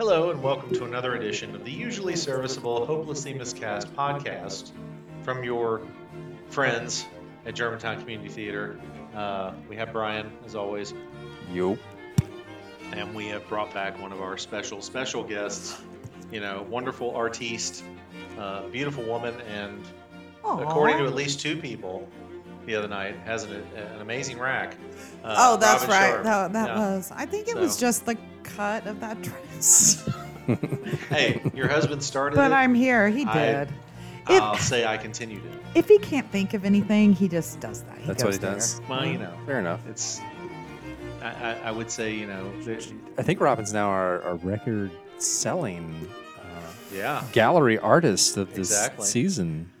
welcome to another edition of the usually serviceable Hopelessly Miscast podcast from your friends at Germantown Community Theater. Uh, we have Brian, as always, Yo. and we have brought back one of our special, special guests, you know, wonderful artiste, uh, beautiful woman, and according to at least two people the other night, has an, an amazing rack. Uh, oh, that's Robin right. Sharp. That, that Yeah. was. I think it was So- just the cut of that dress. Hey, your husband started but it. I'm here. He I- uh, did. It- I'll say I continued it. if he can't think of anything, he just does that. He That's what goes he does. there. Well, you know, Fair enough. it's. I, I, I would say you know, that, I think Robin's now our, our record selling uh, yeah, gallery artist of this Exactly. season.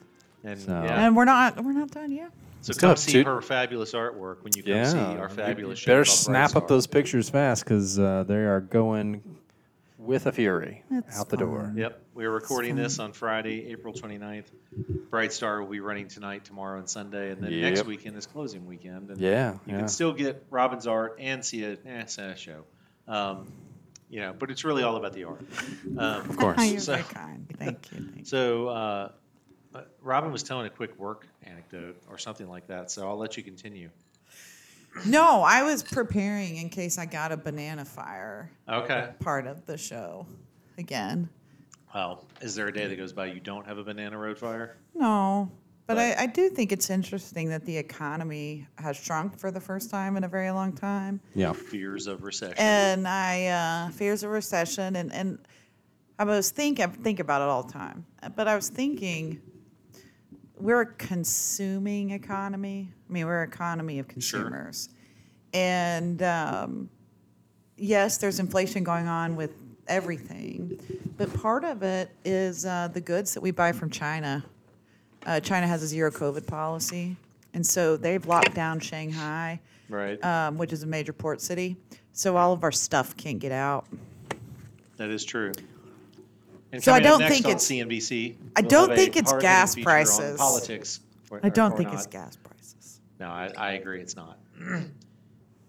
and So- yeah. And we're not we're not done yet. So Still come have see two- her fabulous artwork when you come yeah. see our You fabulous. show better called snap up Brightstar. those pictures fast because uh, they are going with a fury It's out the door. fine. Yep, we are recording this on Friday, April 29th. Bright Star will be running tonight, tomorrow, and Sunday, and then next Yep. weekend is closing weekend. And Yeah. you yeah. can still get Robin's art and see a, eh, it's a show. Um, you know, but it's really all about the art. Um, Of course. You're So- very kind. Thank you. Thank you. So uh, uh, Robin was telling a quick work anecdote or something like that. So I'll let you continue. No, I was preparing in case I got a banana fire Okay. part of the show again. Well, is there a day that goes by you don't have a banana road fire? No. But But- I, I do think it's interesting that the economy has shrunk for the first time in a very long time. yeah. Fears of recession. and I uh, fears of recession, and and I was think I think about it all the time. But I was thinking, we're a consuming economy. I mean, we're an economy of consumers, and um, yes, there's inflation going on with everything, but part of it is uh, the goods that we buy from China. Uh, China has a zero COVID policy, and so they've locked down Shanghai right. um, which is a major port city. So all of our stuff can't get out. that is true. And So I coming up don't next think on it's- CNBC. I we'll don't have a think it's hard-hitting gas feature on prices. Politics. or- I don't or think it's not. gas prices. No, I, I agree it's not.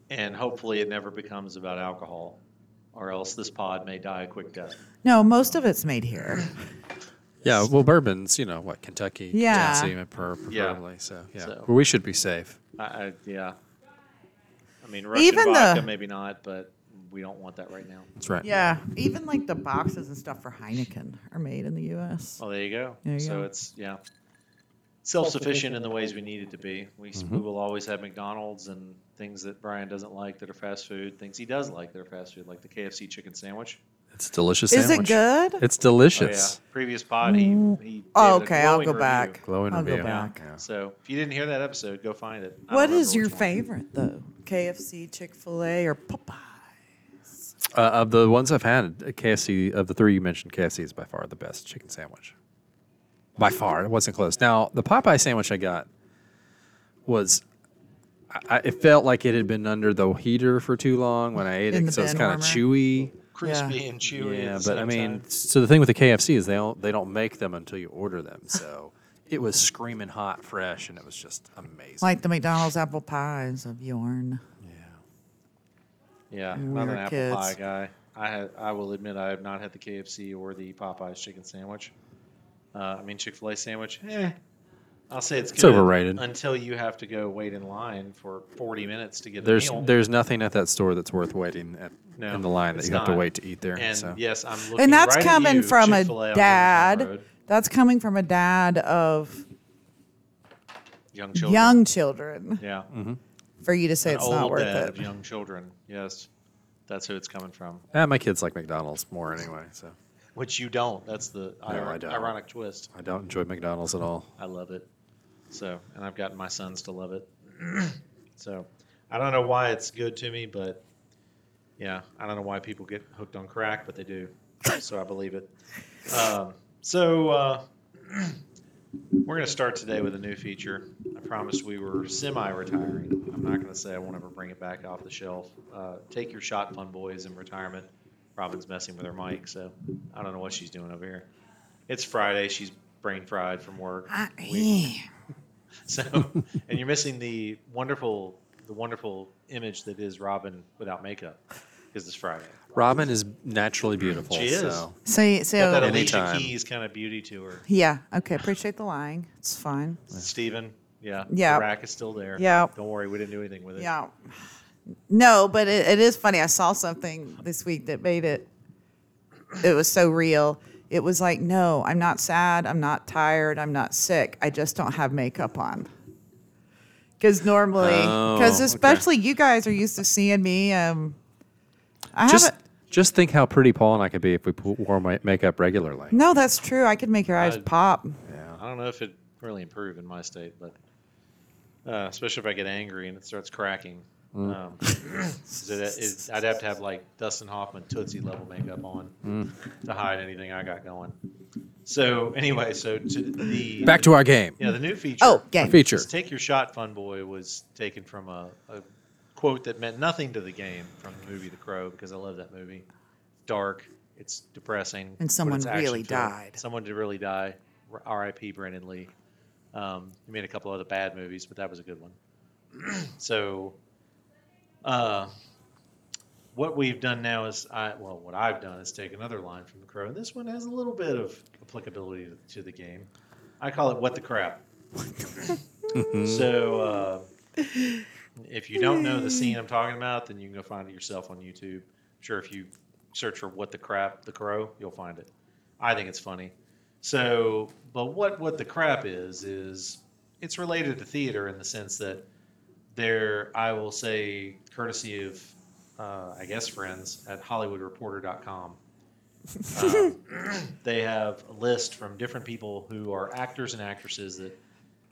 and hopefully it never becomes about alcohol, or else this pod may die a quick death. No, most of it's made here. Yeah. Well, bourbon's, you know, what, Kentucky, Yeah. Tennessee, per- Yeah. preferably. So, yeah. So- But we should be safe. I, I yeah. I mean, Russian Even the- vodka, maybe not, but we don't want that right now. That's right. yeah, even like the boxes and stuff for Heineken are made in the U.S. Well, Oh, there you go. There you so go. it's yeah, self-sufficient in the ways we need it to be. We, s Mm-hmm. we will always have McDonald's and things that Brian doesn't like that are fast food. Things he does like that are fast food, like the KFC chicken sandwich. It's a delicious Is sandwich. it good? It's Oh, yeah. delicious. Previous pod, he, he gave Oh, it a okay, I'll glowing go review. back. Glowing I'll review. go back. Yeah. So if you didn't hear that episode, go find it. I don't What is remember your which one. favorite though? KFC, Chick Fil A, or Popeye? Uh, of the ones I've had, uh, KFC of the three you mentioned, KFC is by far the best chicken sandwich. By far, it wasn't close. Now the Popeye sandwich I got was, I, I, it felt like it had been under the heater for too long when I ate In it, the so it's bin kind of warmer. chewy. Crispy and chewy. at Yeah, the but I same mean, time. so the thing with the KFC is they don't they don't make them until you order them. So it was screaming hot, fresh, and it was just amazing. Like the McDonald's apple pies of Yorn. yeah, when we not were an apple kids. pie guy. I had, I will admit I have not had the KFC or the Popeyes chicken sandwich. Uh, I mean Chick Fil A sandwich. Eh, I'll say it's, It's good overrated. until you have to go wait in line for forty minutes to get There's a meal. there's nothing at that store that's worth waiting at No, in the line that it's you have to not. wait to eat there. and so. yes, I'm looking. And that's right at coming you, from Chick-fil-A a on Williamson dad. Road. That's coming from a dad of young children. young children. yeah, Mm-hmm. For you to say An it's old not worth dad it. of young children. Yes, that's who it's coming from. Yeah, Eh, my kids like McDonald's more anyway, so Which you don't. That's the I ironic, don't. ironic twist. I don't enjoy McDonald's at all. I love it. So, and I've gotten my sons to love it. so, I don't know why it's good to me, but yeah, I don't know why people get hooked on crack, but they do. so I believe it. Um, so, uh, we're going to start today with a new feature. I promised we were semi retiring. I'm not going to say I won't ever bring it back off the shelf. Uh, take your shot, fun boys, in retirement. Robin's messing with her mic, so I don't know what she's doing over here. It's Friday. She's brain fried from work. I am. So, and you're missing the wonderful, the wonderful image that is Robin without makeup. is this Friday. Robin is naturally beautiful. She is. So So, you- Got that so Alicia Anytime. Keys kind of beauty to her. yeah. Okay. Appreciate the lying. It's fine. Steven, yeah, Yeah. the rack is still there. Yeah. don't worry, we didn't do anything with it. Yeah. No, but it, it is funny. I saw something this week that made it, it was so real. It was like, no, I'm not sad. I'm not tired. I'm not sick. I just don't have makeup on. Because normally, because Oh, okay. especially you guys are used to seeing me. Um, I just haven't. just think how pretty Paul and I could be if we pu- wore my makeup regularly. No, that's true. I could make your eyes Uh, pop. I don't know if it really improved in my state, but uh, especially if I get angry and it starts cracking. Um, is it, is, I'd have to have like Dustin Hoffman Tootsie level makeup on to hide anything I got going. So anyway, so to the Back to our game. yeah the new feature. Oh, game. Feature. This Take Your Shot, Fun Boy was taken from a, a quote that meant nothing to the game from the movie The Crow because I love that movie. Dark, it's depressing. but someone it's action really filled. died. Someone did really die. R- R.I.P. Brandon Lee. Um, he made a couple other bad movies, but that was a good one. so, uh, what we've done now is, I well, what I've done is take another line from The Crow, and this one has a little bit of applicability to, to the game. I call it "What the crap." So, uh, if you don't know the scene I'm talking about, then you can go find it yourself on YouTube. I'm sure if you search for "What the crap," the crow, you'll find it. I think it's funny. So, but what what the crap is is it's related to theater in the sense that there, I will say, courtesy of, uh, I guess, friends at HollywoodReporter.com. um, they have a list from different people who are actors and actresses that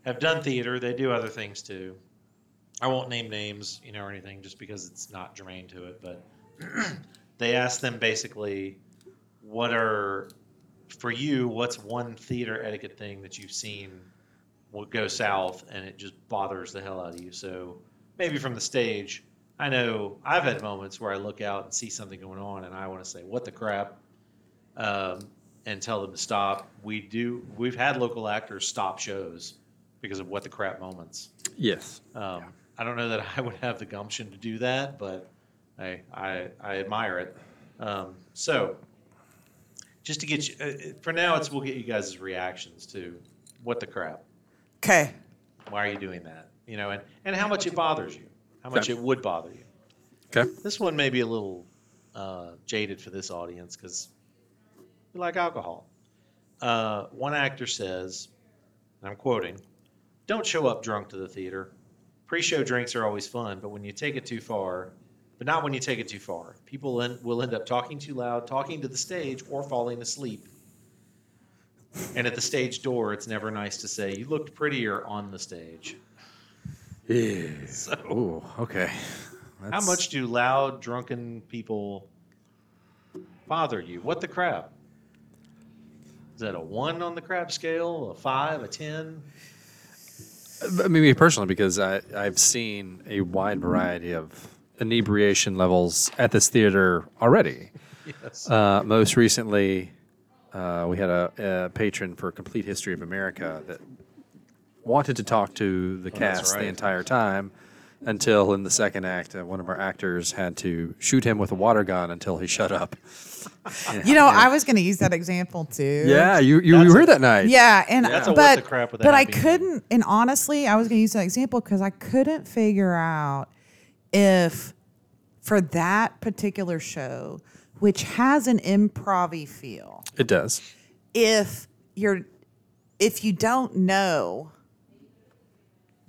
have done theater. They do other things too. I won't name names, you know, or anything, just because it's not germane to it. But they asked them basically, what are for you? What's one theater etiquette thing that you've seen will go south and it just bothers the hell out of you? So maybe from the stage, I know I've had moments where I look out and see something going on and I want to say, "What the crap." Um, and tell them to stop. We do. We've had local actors stop shows because of what the crap moments. Yes. Um, I don't know that I would have the gumption to do that, but I I, I admire it. Um, so, just to get you uh, uh, for now, it's we'll get you guys' reactions to what the crap. Okay. Why are you doing that? You know, and, and how much it bothers you, how much Okay. it would bother you. Okay. This one may be a little uh, jaded for this audience because you like alcohol. Uh, one actor says, and I'm quoting, don't show up drunk to the theater. Pre show drinks are always fun, but when you take it too far, but not when you take it too far. People en- will end up talking too loud, talking to the stage, or falling asleep. And at the stage door, it's never nice to say, you looked prettier on the stage. So. Ooh. Okay. How That's- much do loud, drunken people bother you? What the crap? Is that a one on the crap scale? A five? A ten? I mean, me personally, because I, I've seen a wide variety of inebriation levels at this theater already. Yes. Uh, most recently, uh, we had a, a patron for Complete History of America that wanted to talk to the that's cast the right. entire time until in the second act, uh, one of our actors had to shoot him with a water gun until he shut up. You know, I was going to use that example too. Yeah, you, you, That's were a- that night. Yeah, and That's a but what the crap without but I being there. couldn't, and honestly, I was going to use that example because I couldn't figure out if for that particular show, which has an improv feel, It does. if you're if you don't know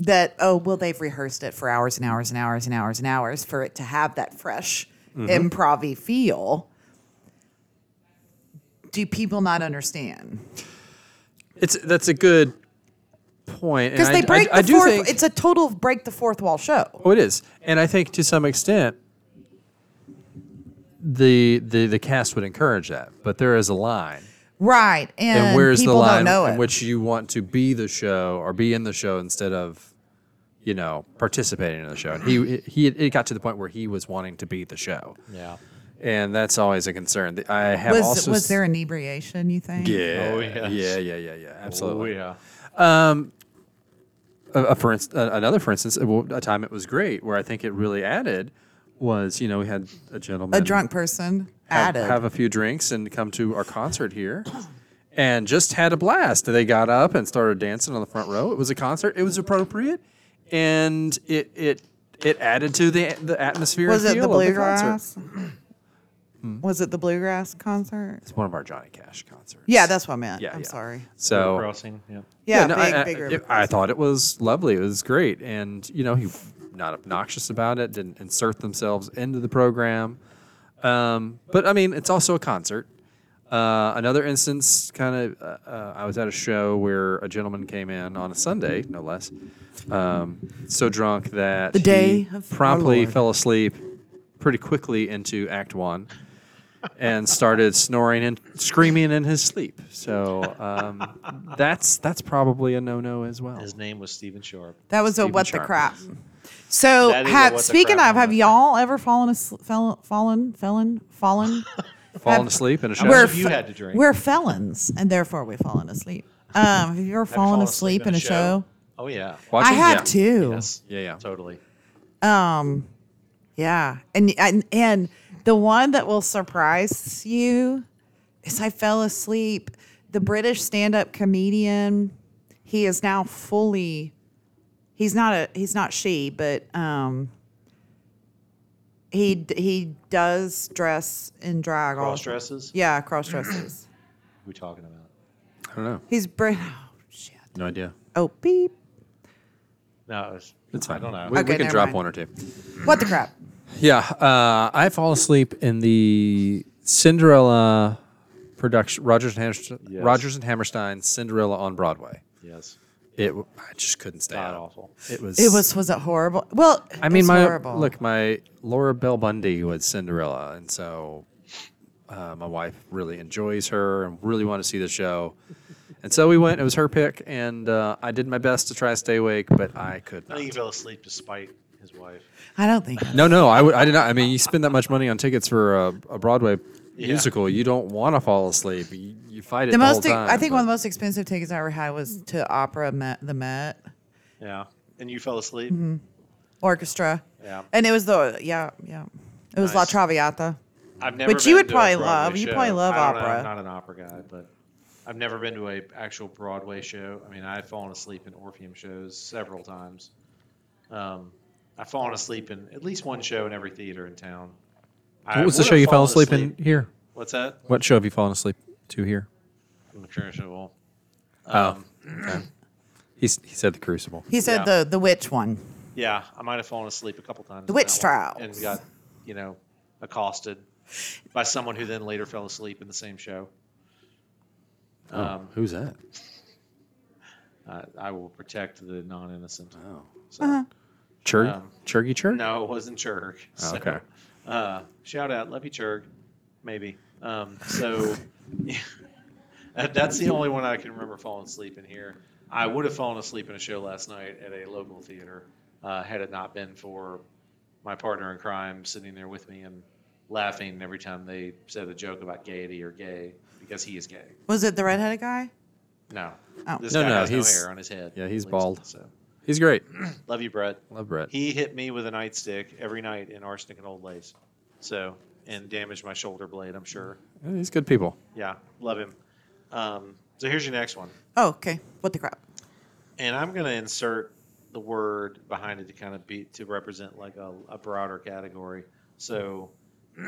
that oh well they've rehearsed it for hours and hours and hours and hours and hours for it to have that fresh Mm-hmm. improv feel, do people not understand? It's That's a good point. and Because I- they I- break I the do fourth. think- it's a total break the fourth wall show. Oh, it is, and I think to some extent, the the the cast would encourage that, but there is a line, Right. And, and, where's the people line don't know it. in which you want to be the show or be in the show instead of, you know, participating in the show? And he he it got to the point where he was wanting to be the show, Yeah. and that's always a concern. The- I have was also was s- there inebriation, you think? Yeah, Oh, yeah, yes. yeah, yeah, yeah, yeah, absolutely. Oh, yeah. uh, uh, for inst- uh, another for instance, uh, well, a time it was great where I think it really added was, you know, we had a gentleman A drunk person have, added. have a few drinks and come to our concert here and just had a blast. They got up and started dancing on the front row. It was a concert. It was appropriate and it it it added to the the atmosphere was and it the feel of the concert. Hmm. bluegrass? was it the bluegrass concert? It's one of our Johnny Cash concerts. Yeah, that's what I meant. Yeah, I'm yeah. sorry. so crossing. Yeah. Yeah, no, big, I, I- big river it- I thought it was lovely. It was great, and you know, he not obnoxious about it. Didn't insert themselves into the program. Um, but I mean, it's also a concert. Uh, another instance, kind of, uh, uh, I was at a show where a gentleman came in on a Sunday, no less, um, so drunk that the day of our promptly Lord. fell asleep pretty quickly into Act One and started snoring and screaming in his sleep. So um, that's that's probably a no no as well. His name was Stephen Sharp. That was a Stephen what the Sharp. crap. So, That is a have, what the speaking crap of, have moment. y'all ever fallen, as, fell, fallen, fallen, fallen? Falling I've- asleep in a show. How much we're have you fe- had to drink? We're felons, and therefore we've fallen asleep. Um, have you ever Have you fallen, asleep, in a show? Oh yeah. Watching? I have Yeah. too. Yes. Yeah, yeah. Totally. Um, yeah, and and and the one that will surprise you is I fell asleep. The British stand-up comedian, he is now fully. He's not a. He's not she, but um. He d- he does dress in drag. all- Cross dresses. Yeah, cross dresses. Who we talking about? I don't know. he's Brit. Oh shit. No idea. Oh beep. No, it was, It's fine. I don't know. We, we Okay, can never drop mind. one or two. What the crap? Yeah, uh, I fall asleep in the Cinderella production, Rogers and, Hammerstein, Yes. Rogers and Hammerstein Cinderella on Broadway. yes. It, w- I just couldn't stay God out. awful. It was. It was was it horrible? Well, I mean, it's my horrible. look, my Laura Bell Bundy was Cinderella, and so uh, my wife really enjoys her and really wanted to see the show, and so we went. It was her pick, and uh, I did my best to try to stay awake, but I could I not. think he fell asleep despite his wife. I don't think No, no, I would. I did not. I mean, you spend that much money on tickets for a, a Broadway Yeah. musical, you don't want to fall asleep. You, you fight it the the most whole time. I think but- one of the most expensive tickets I ever had was to opera Met, the Met Yeah. And you fell asleep. orchestra. Yeah. And it was the yeah yeah it was Nice. La Traviata. I've never. Which you been would to a probably Broadway love. You show. probably love I don't know, opera. I'm not an opera guy, but I've never been to a actual Broadway show. I mean, I've fallen asleep in Orpheum shows several times. Um, I've fallen asleep in at least one show in every theater in town. I what was the would show have you fell fallen asleep, in here? What's that? What show have you fallen asleep to here? The Crucible. He's, he said the Crucible. He said Yeah. the the witch one. Yeah, I might have fallen asleep a couple times. The on witch that one trials. And got, you know, accosted by someone who then later fell asleep in the same show. Um, oh, who's that? Uh, I will protect the non innocent. Oh, So. Uh-huh. Chur- Um, Churgy Church. No, it wasn't Churg. So, Oh, okay. Uh, shout out, Love you, Churg. Maybe. Um, so yeah, that- that's the only one I can remember falling asleep in here. I would have fallen asleep in a show last night at a local theater uh, had it not been for my partner in crime sitting there with me and laughing every time they said a joke about gaiety or gay because he is gay. Was it the redheaded guy? No. Oh. This No, guy no, has no he's- hair on his head. yeah, at he's least. bald. So, He's great. love you, Brett. Love Brett. He hit me with a nightstick every night in arsenic and old lace. So, and damaged my shoulder blade, I'm sure. He's good people. Yeah, love him. Um, so here's your next one. Oh okay. What the crap? And I'm going to insert the word behind it to kind of be to represent like a, a broader category. So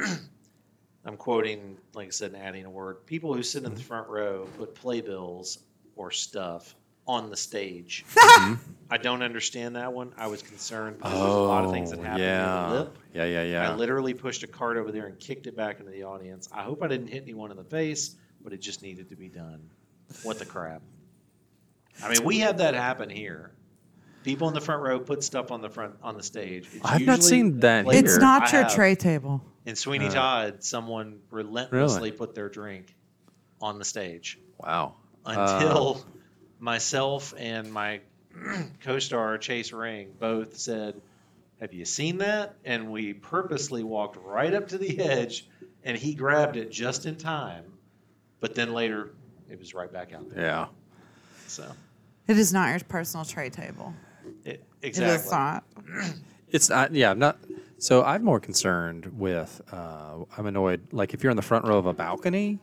I'm quoting, like I said, and adding a word. People who sit in the front row put playbills or stuff on the stage. I don't understand that one. I was concerned because there's a lot of things that happen Oh, yeah. with the lip. yeah, yeah, yeah, I literally pushed a cart over there and kicked it back into the audience. I hope I didn't hit anyone in the face, but it just needed to be done. What the crap? I mean, we had that happen here. People in the front row put stuff on the front on the stage. It's I've not usually seen that later. It's Here. not I your have. tray table. In Sweeney Todd, someone relentlessly put their drink on the stage Wow. Uh, until myself and my co-star Chase Ring both said, "Have you seen that?" And we purposely walked right up to the edge, and he grabbed it just in time. But then later, it was right back out there. yeah. So e, It is not your personal tray table. it, It is Mm. exactly. not. It's not. Yeah, I'm not. So I'm more concerned with uh, I'm annoyed like if you're in the front row of a balcony,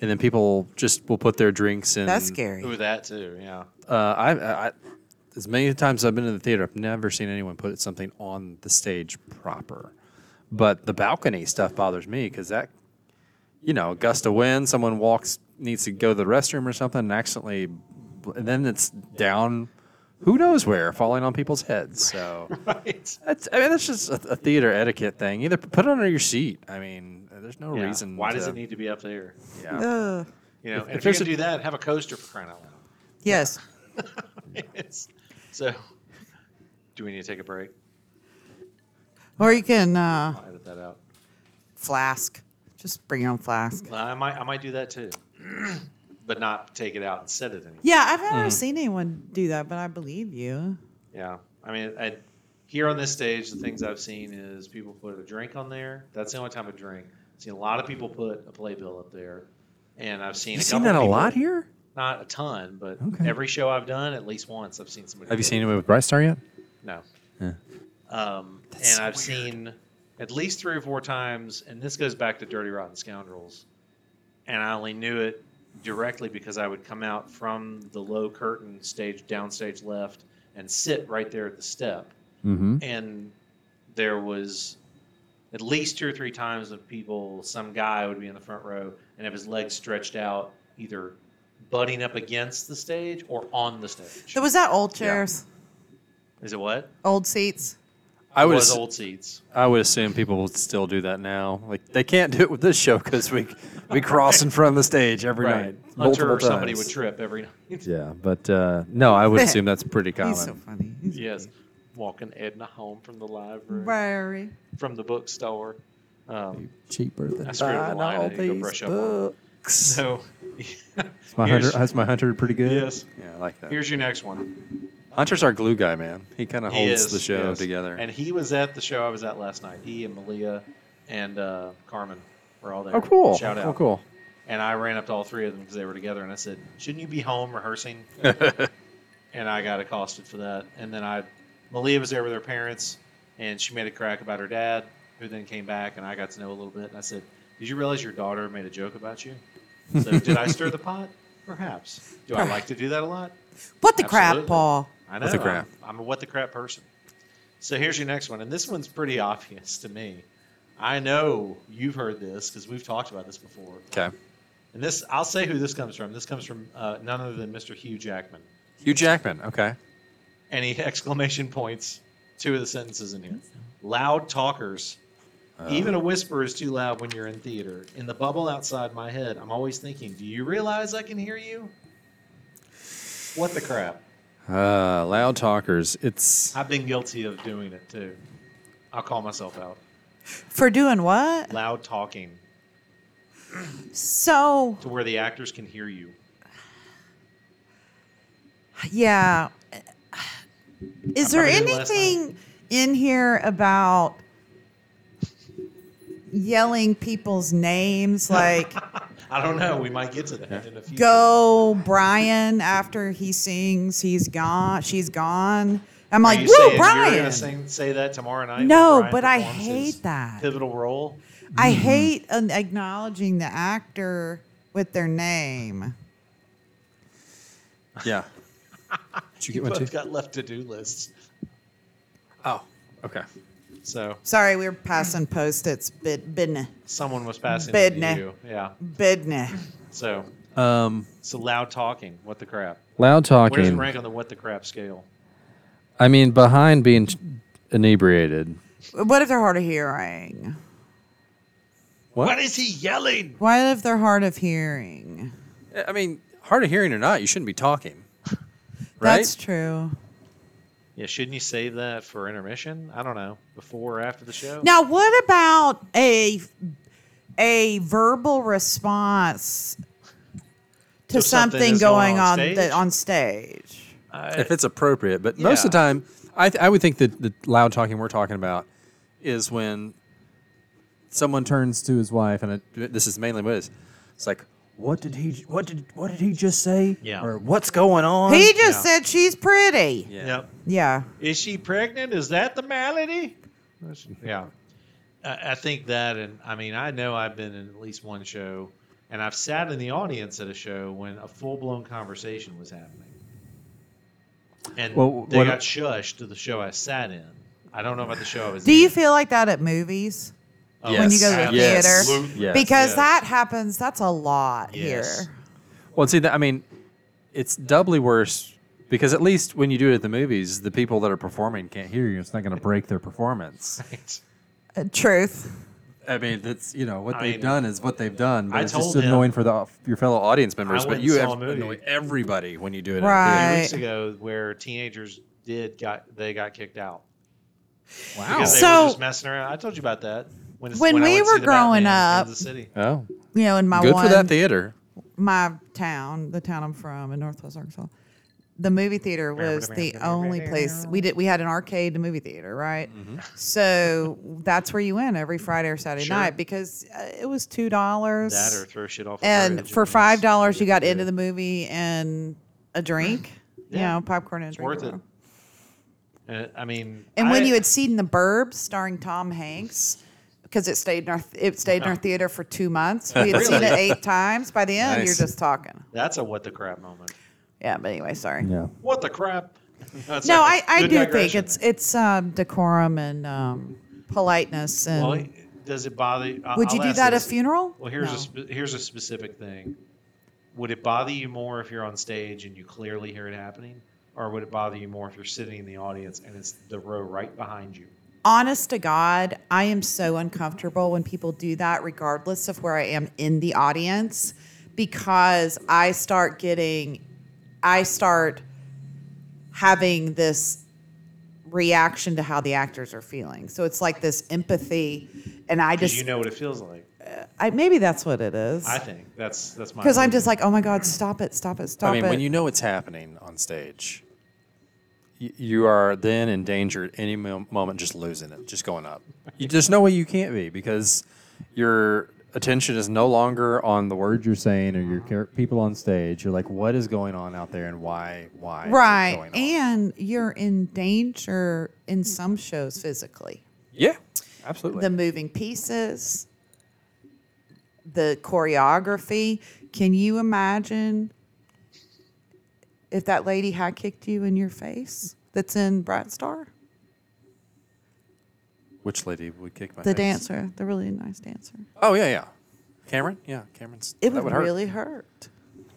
and then people just will put their drinks in. That's scary. Ooh, that too. Yeah. Uh, I, I, I as many times as I've been in the theater, I've never seen anyone put something on the stage proper. But the balcony stuff bothers me because that, you know, a gust of wind, someone walks, needs to go to the restroom or something, and accidentally, and then it's down, who knows where, falling on people's heads. So. Right. That's, I mean, that's just a, a theater etiquette thing. Either put it under your seat. I mean, there's no Yeah. reason. Why to, does it need to be up there? Yeah. Ugh. You know, and If- if if, you're there's gonna a- do that, have a coaster for crying out loud. Yes. It's- so, do we need to take a break? Or you can uh, I'll edit that out. flask. Just bring your own flask. I might, I might do that too, but not take it out and set it anywhere. Yeah, I've Hmm. never seen anyone do that, but I believe you. Yeah, I mean, I, here on this stage, the things I've seen is people put a drink on there. That's the only time a drink. I've seen a lot of people put a playbill up there, and I've seen You've a seen couple that a people- lot here. Not a ton, but Okay. every show I've done, at least once, I've seen somebody. Have you put seen it with Bright Star yet? No. Yeah. Um, and That's so I've weird. seen at least three or four times, and this goes back to Dirty Rotten Scoundrels, and I only knew it directly because I would come out from the low curtain stage, downstage left, and sit right there at the step. Mm-hmm. And there was at least two or three times of people, some guy would be in the front row and have his legs stretched out, either butting up against the stage or on the stage. So was that old chairs, Is it what? old seats? I It would. was ass- old seats. I would assume people would still do that now. Like they can't do it with this show because we we cross in front of the stage every night. Hunter multiple or somebody times. would trip every night. Yeah, but uh, no, I would assume that's pretty common. He's so funny. He's yes. Walking Edna home from the library, very. from the bookstore. Um, Cheaper than I screwed up the buying line. I all need to go these brush up on it. books. so, Is my hunter, here's, is my hunter pretty good? Yes. Yeah, I like that. here's your next one. Hunter's our glue guy, man. He kind of He holds is, the show yes. together. And he was at the show I was at last night. He and Malia and uh, Carmen were all there. oh, cool. Shout out. Oh, cool. And I ran up to all three of them because they were together, and I said, "Shouldn't you be home rehearsing?" and I got accosted for that. And then I, Malia was there with her parents, and she made a crack about her dad, who then came back, and I got to know a little bit. And I said, "Did you realize your daughter made a joke about you?" So did I stir the pot? Perhaps. Do I like to do that a lot? What the crap, Absolutely. Paul? I know. What the crap? I'm, I'm a what the crap person. So here's your next one, and this one's pretty obvious to me. I know you've heard this because we've talked about this before. Okay. And this, I'll say who this comes from. This comes from uh, none other than Mr. Hugh Jackman. Hugh Jackman. Okay. And he exclamation points two of the sentences in here. Loud talkers. Even a whisper is too loud when you're in theater. In the bubble outside my head, I'm always thinking, do you realize I can hear you? What the crap? Uh, loud talkers. It's I've been guilty of doing it too. I'll call myself out. For doing what? Loud talking So to where the actors can hear you. yeah, is there probably did it last night. anything in here about yelling people's names like? I don't know. We might get to that in a few. go Brian after he sings he's gone she's gone I'm like you woo saying You're Brian gonna sing, say that tomorrow night. when No, Brian but I performs his hate that. pivotal role. I hate an acknowledging the actor with their name yeah. Did you get one Both too? got left to do lists. Oh, okay. So sorry we were passing post-its bid bidna someone was passing it Bidna. to you. Yeah. bidna So Um, so loud talking. What the crap? loud Where does it talking. rank on the what the crap scale? I mean, behind being inebriated. what if they're hard of hearing What is he yelling? what if they're hard of hearing I mean, hard of hearing or not, you shouldn't be talking. Right? that's true Yeah, shouldn't you save that for intermission? I don't know. Before or after the show? Now, what about a a verbal response to To something something, that's going, on stage? that on stage? I- if it's appropriate. But most of the Yeah. time, I, th- I would think that the loud talking we're talking about is when someone turns to his wife, and it, this is mainly what it is. It's like, what did he? What did? What did he just say? Yeah. Or what's going on? He just Yeah. said she's pretty. yeah. Yep. Yeah. Is she pregnant? Is that the malady? That's- Yeah. I I think that, and I mean, I know I've been in at least one show, and I've sat in the audience at a show when a full blown conversation was happening. And Well, they what- got shushed to the show I sat in. I don't know about the show I was Do in. you feel like that at movies? Oh, When you go to the yes. theater? Absolutely. Yes. because Yes. that happens. That's a lot Yes. here. Well, see, that I mean, it's doubly worse because at least when you do it at the movies, the people that are performing can't hear you. It's not going to break their performance. Uh, Truth. I mean, that's you know what I they've mean, done is what they've done, but I it's just told him- annoying for the your fellow audience members. I But went you and have saw a to annoy movie. everybody when you do it. Two At Right. weeks ago, where teenagers did got they got kicked out the theater. because they So- were just messing around. I told you about that when, When I we went to were see the Batman growing in up- Kansas City. Oh, You know, in my good one, for that theater. my town, the town I'm from in Northwest Arkansas, the movie theater was the only place we did. We had an arcade and movie theater, right? So that's where you went every Friday or Saturday Mm-hmm. Sure. night because uh, it was two dollars. That or throw shit off. a and bridge for was- five dollars, you got into the movie and a drink. Yeah. You know, popcorn and a It's drink. worth or it. whatever. Uh, I mean, And when I- you had seen The Burbs starring Tom Hanks, because it stayed in our it stayed in our theater for two months. We had seen it eight times. By the end, Nice. you're just talking. that's a what the crap moment. Yeah, but anyway, sorry. Yeah. What the crap? That's No, a I, I good do think digression. it's it's um, decorum and um, politeness and. Well, it- does it bother? you? I- would I'll you do ask that at a this. funeral? Well, here's No. a spe- here's a specific thing. Would it bother you more if you're on stage and you clearly hear it happening, or would it bother you more if you're sitting in the audience and it's the row right behind you? honest to God, I am so uncomfortable when people do that, regardless of where I am in the audience, because I start getting, I start having this reaction to how the actors are feeling. So it's like this empathy, and I Because just, you know what it feels like. I, maybe that's what it is. I think that's that's my. Because I'm opinion. just like, oh my God, stop it, stop it, stop I mean, it. when you know it's happening on stage, y- you are then in danger at any mo- moment just losing it, just going up. You, there's no way you can't be because your attention is no longer on the words you're saying or your char- people on stage. You're like, what is going on out there and why? Why? is it right. going on? And you're in danger in some shows physically. yeah, absolutely. the moving pieces, the choreography. Can you imagine if that lady high kicked you in your face? That's in Bright Star, Which lady would kick my the face? dancer, the really nice dancer. Oh yeah, yeah. Cameron, yeah, Cameron's. It that would, would hurt. really hurt.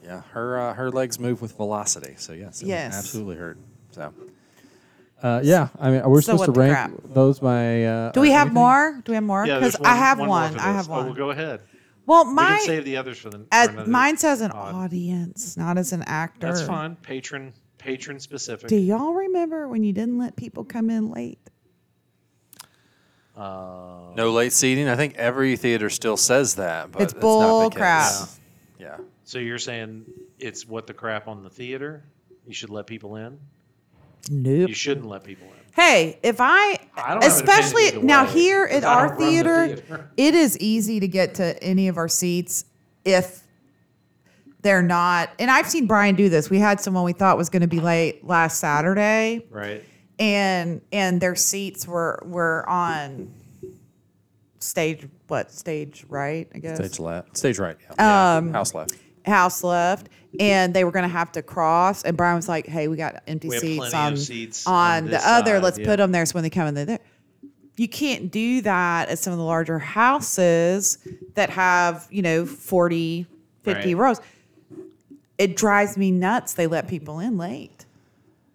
Yeah, her uh, her legs move with velocity, so yes, it would Yes. absolutely hurt. So, uh, yeah, I mean, we're So supposed what to the rank those by. Uh, Do we or have anything? more? Do we have more? Yeah, Because there's I have more one. for I this. have Oh, one. well, go ahead. well, we my can save the others for the. for uh, another mine says an pod. audience, not as an actor. That's fine. Patron patron specific. Do y'all remember when you didn't let people come in late? Uh, No late seating. I think every theater still says that, but It's that's not the bull crap. case. Yeah. so you're saying it's what the crap on the theater? You should let people in. Nope. You shouldn't let people in. Hey, if I, I don't have an especially opinion either now way, here 'cause at I our don't run the theater, theater. it is easy to get to any of our seats if they're not. And I've seen Brian do this. We had someone we thought was going to be late last Saturday, Right. and and their seats were were on stage what stage right I guess Stage left. Stage right. Yeah. Um, House left. house left, and they were going to have to cross. And Brian was like, "Hey, we got empty We have seats plenty on of seats on on the this other. side, Let's yeah. put them there so when they come in, they're there." You can't do that at some of the larger houses that have you know 40, 50 Right. rows. It drives me nuts. They let people in late,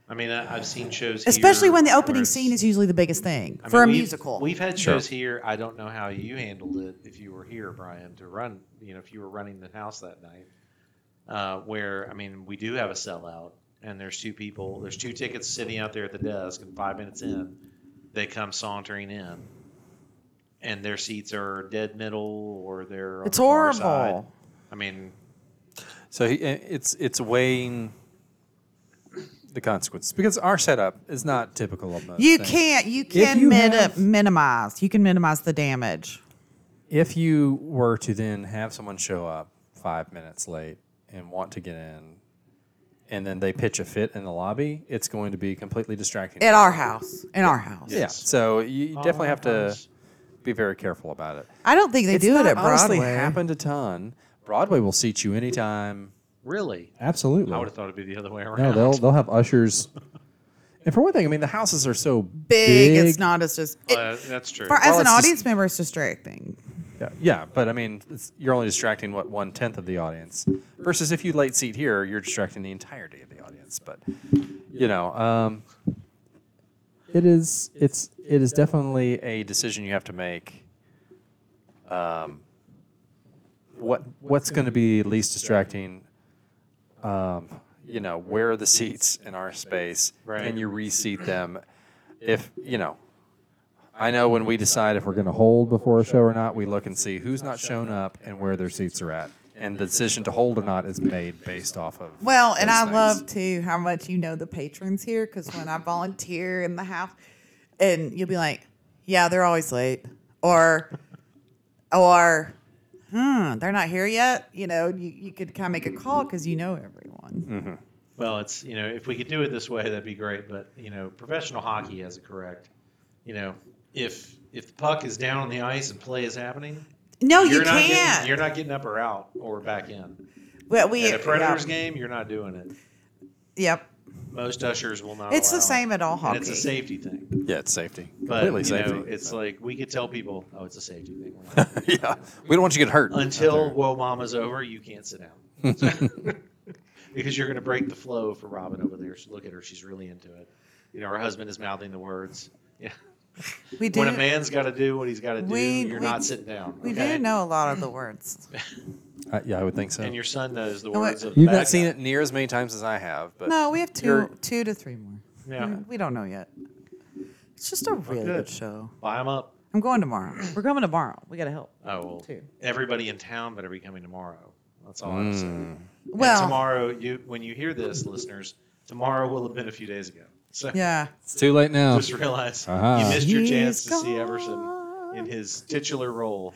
I mean, I, I've seen shows, here especially when the where opening it's- scene is usually the biggest thing I for mean, a we've- musical. We've had Sure. shows here. I don't know how you handled it if you were here, Brian, to run. You know, if you were running the house that night, uh, where I mean, we do have a sellout, and there's two people, there's two tickets sitting out there at the desk, and five minutes in, they come sauntering in, and their seats are dead middle or they're on It's the far side. horrible. I mean, So he, eh, it's it's weighing the consequences because our setup is not typical of most. you things. can't. You can you mini- have- minimize. You can minimize the damage. if you were to then have someone show up five minutes late and want to get in and then they pitch a fit in the lobby, it's going to be completely distracting. At our house, in our house. Yeah. Yes. So you you definitely Our have to house. be very careful about it. I don't think they it's do it not at honestly Broadway. happened a ton. Broadway will seat you anytime. Really? Absolutely. I would have thought it'd be the other way around. No, they'll they'll have ushers. And for one thing, I mean the houses are so Big, it's not as just. It, Uh, that's true. for, as well, an it's just- audience member, it's distracting. Yeah, yeah, but I mean it's, you're only distracting what one tenth of the audience. Versus if you late seat here, you're distracting the entirety of the audience. But you know, um, it is it's it is definitely a decision you have to make. Um, what what's going to be least distracting? Um, you know, where are the seats in our space? Right. Can you reseat them? If you know, I know when we decide if we're going to hold before a show or not, we look and see who's not shown up and where their seats are at. And the decision to hold or not is made based off of. Well, and those I things. love too how much you know the patrons here because when I volunteer in the house, and you'll be like, "Yeah, they're always late," or, or, "Hmm, they're not here yet." You know, you, you could kind of make a call because you know Hmm. everyone. Well, it's you know, if we could do it this way, that'd be great. But you know, professional hockey has it correct. You know, if if the puck is down on the ice and play is happening, No, you you're not getting- can't. you're not getting up or out or back in. Well, we At a Predators yeah. game, you're not doing it. Yep, Most ushers will not. it's the allow it. same at all And hockey. it's a safety thing. Yeah, it's safety. But Completely you safety. know, it's like we could tell people, oh, it's a safety thing. We're not- yeah, we don't want you to get hurt. Until whoa, mama's over, you can't sit down. because you're going to break the flow for Robin over there. She- Look at her; she's really into it. You know, her husband is mouthing the words. Yeah. we do. When a man's got to do what he's got to do, We- you're we- not sitting down. we okay? do know a lot of the words. Uh, yeah, I would think so. And your son knows the No, words wait. of. the You've bad not seen guy. it near as many times as I have, but No, we have You're- two, two to three more. Mm-hmm. Yeah, We don't know yet. It's just a Oh, really good. good show. buy them up. I'm going tomorrow. We're going tomorrow. We got to help. Uh, Oh well, Two. everybody in town better be coming tomorrow. That's all Hmm. I'm saying. And Well- tomorrow, you when you hear this, listeners, tomorrow will have been a few days ago. So Yeah. it's too late now. just realize Ah. you missed your chance He's to see Everson gone. in his titular role.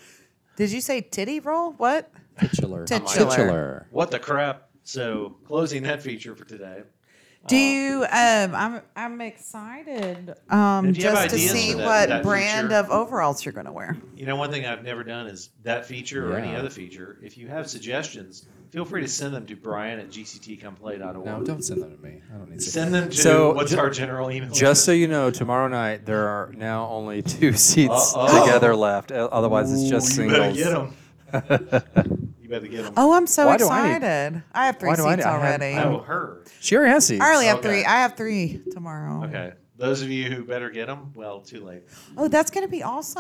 Did you say titty roll? What? Titular. Titular. Titular. What the crap? So closing that feature for today. Do you? Um, I'm I'm excited. Um, If you have just to ideas see for that- what that brand feature- of overalls you're gonna wear. You know, one thing I've never done is that feature or any Yeah. other feature. If you have suggestions, feel free to send them to Brian at gctcomplay.org. No, don't send them to me. I don't need to. Send them to So, what's ju- our general email? Just so you know, tomorrow night there are now only two seats Uh-oh. together left. o- Otherwise, it's just you better singles. get them. you better get them. Oh, I'm so Why do I need- excited! I, have three Why do I seats need- I have- already. I, no, Oh, her. She already has seats. already have Okay. three. I have three tomorrow. Okay. Those of you who better get them, well, too late. Oh, that's gonna be awesome.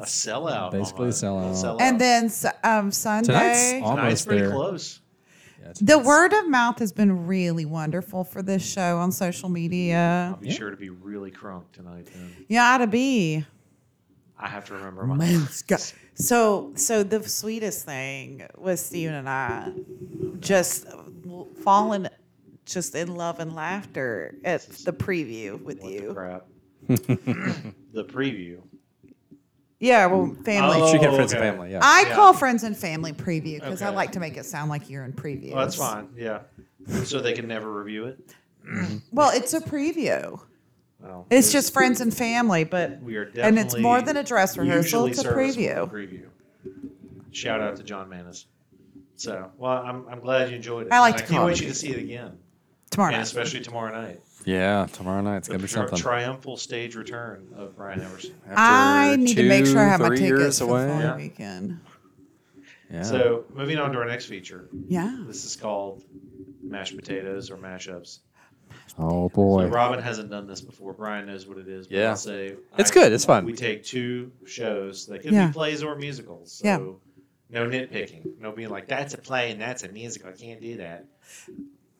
A sellout. Basically a almost. sellout. And then s- um, Sunday. Tonight's Tonight's almost pretty there. close. Yeah, The tonight's- word of mouth has been really wonderful for this show on social media. I'll be sure to be really crunk tonight. Then. You ought to be. I have to remember my. So, so the sweetest thing was Steven and I just falling just in love and laughter at the preview with What the you. crap? the preview. Yeah, well, family. Oh, She can friends okay. and family. Yeah. I yeah. call friends and family preview because I Okay. like to make it sound like you're in preview. Well, that's fine. Yeah. So they can never review it. Well, it's a preview. Well, It's just friends and family, but we are definitely and it's more than a dress rehearsal. usually It's a serviceable preview. preview. Shout out to John Manis. So, well, I'm, I'm glad you enjoyed it. I like And to can't call wait it you to see it again, tomorrow. and night. especially tomorrow night. yeah, tomorrow night's The gonna be tri- something. triumphal stage return of Brian Everson. I After need to make sure I two, have my three tickets years for away. the following Yeah. weekend. Yeah. So, moving on to our next feature. Yeah. This is called mashed potatoes or mashups. oh boy. So Robin hasn't done this before. Brian knows what it is. But Yeah. I'll say It's I- good. It's fun. We take two shows that could Yeah. be plays or musicals. So Yeah. no nitpicking. No being like that's a play and that's a musical. I can't do that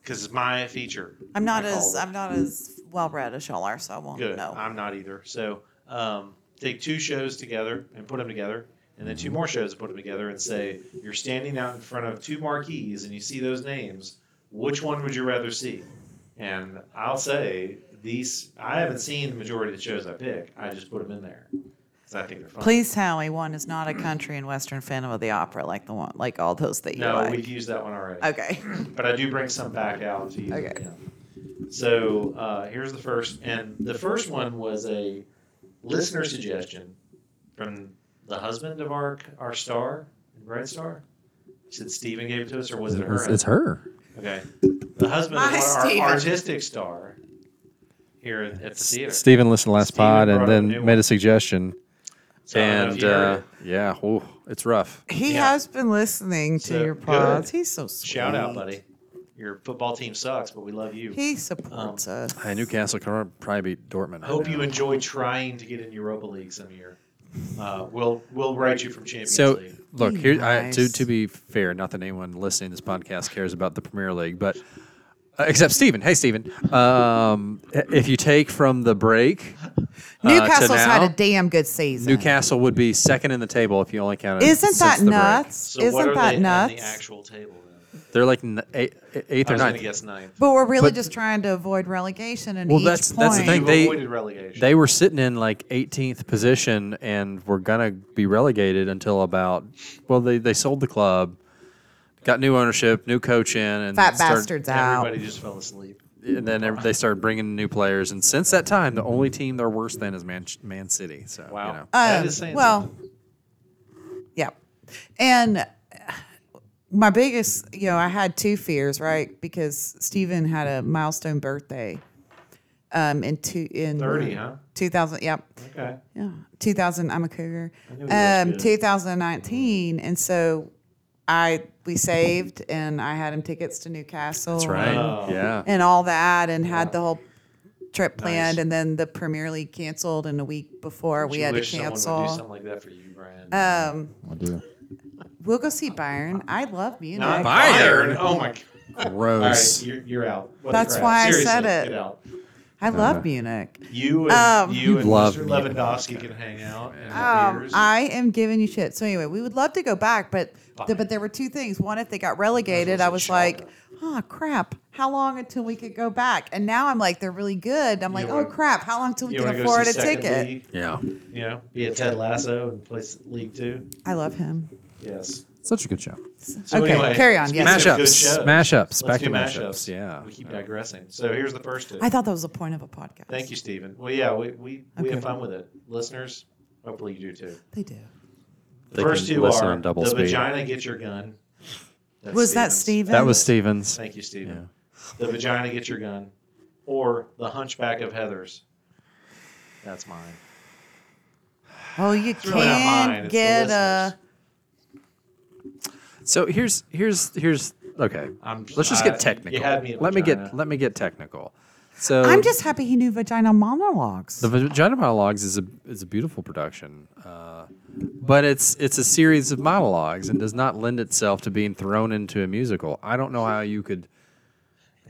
because it's my feature. I'm not I call as it. I'm not as well read as y'all are, so I won't good. know. I'm not either. So um, take two shows together and put them together. And then two Mm-hmm. more shows and put them together and say you're standing out in front of two marquees and you see those names. Which one would you rather see? And I'll say these. I haven't seen the majority of the shows I pick. I just put them in there. 'cause I think they're fun. Please tell me one is not a country and western phantom of the opera like the one like all those that you No, like. we've used that one already. okay. but I do bring some back out to you. Okay. yeah. So uh, here's the first, and the first one was a listener suggestion from the husband of our our star, Bright Star. She said Steven gave it to us, or was it her? It's, it's her. Okay. The husband Hi, of our, Steven. our artistic star here at the theater. Steven listened to last Steven pod brought and up then a new made one. a suggestion. So I don't know if and you heard uh, yeah, oh, it's rough. He Yeah. has been listening to So, your pods. good. He's so sweet. it. shout out, buddy. Um, Your football team sucks, but we love you. He supports us. Hey, Newcastle can probably beat Dortmund. I right hope now. you enjoy trying to get in Europa League some year. Uh, we'll we'll write you from Champions So League. look Be here. I, to nice. to be fair, not that anyone listening to this podcast cares about the Premier League, but uh, except Steven. Hey, Steven. Um, if you take from the break, uh, to Newcastle's had now, a damn good season. Newcastle would be second in the table if you only counted. Isn't since that the break. nuts? So Isn't what are that they on nuts? the actual table? Then? They're like n- eight, eighth I or was going to ninth. guess ninth. but we're really But- just trying to avoid relegation and Well, each that's- point. that's the You thing. they- avoided relegation. They were sitting in like 18th position and were gonna be relegated until about well they, they sold the club, got new ownership, new coach in, and Fat started- bastards out. Everybody just fell asleep. and then ev- they started bringing new players. And since that time, the only team they're worse than is Man, Man City. So Wow. you know, That Um, is saying well, something. yeah. And uh, my biggest, you know, I had two fears, right? Because Stephen had a milestone birthday um, in two in 30, huh? 2000. Yep. Okay. Yeah. 2000. I'm a cougar. knew that was Um, good. 2019, and so I we saved, and I had him tickets to Newcastle. that's right. Wow. Yeah, and all that and had the whole trip Nice. planned and then the Premier League canceled and a week before we You had to wish Someone would do cancel. something like that for you, Brian. Um, I do. we'll go see Bayern. I love Munich. Not Bayern. Bayern. Oh my. God. All right, gross. you're, you're out. What the That's crap. why I Seriously, said it. Get out. I love Munich. You and Um, you and love Mr. me. Lewandowski can hang out. And have Um, beers. I am giving you shit. So anyway, we would love to go back, but the, but there were two things. One, if they got relegated, I was say like, shocker. oh crap, how long until we could go back? And now I'm like, they're really good. I'm like, oh wanna- crap, how long till we you can wanna go afford see a second ticket? League, Yeah, you know, be a Ted Lasso and play s- League Two. I love him. Yes. such a good show. So Okay, anyway, carry on, speaking yes. of good Mashups, shows, mashups, let's back do to mashups. Yeah, We keep digressing. So here's the first two. I thought that was the point of a podcast. Thank you, Stephen. Well, yeah, we we, we Okay. have fun with it, listeners. Hopefully, you do too. They do. The They first can two listen are on double the speed. vagina get your gun. That's Was that Stephen's. Stephen? that was Stevens. Thank you, Stephen. The vagina get your gun, or the Hunchback of Heather's. That's mine. Oh, you It's really not mine, can't it's the get listeners. a. So here's here's here's okay. I'm- Let's just I- get technical. You had me. at let me get vagina. let me get technical. So uh, I'm just happy he knew vagina monologues. The Vagina Monologues is a is a beautiful production, uh, but it's it's a series of monologues and does not lend itself to being thrown into a musical. I don't know how you could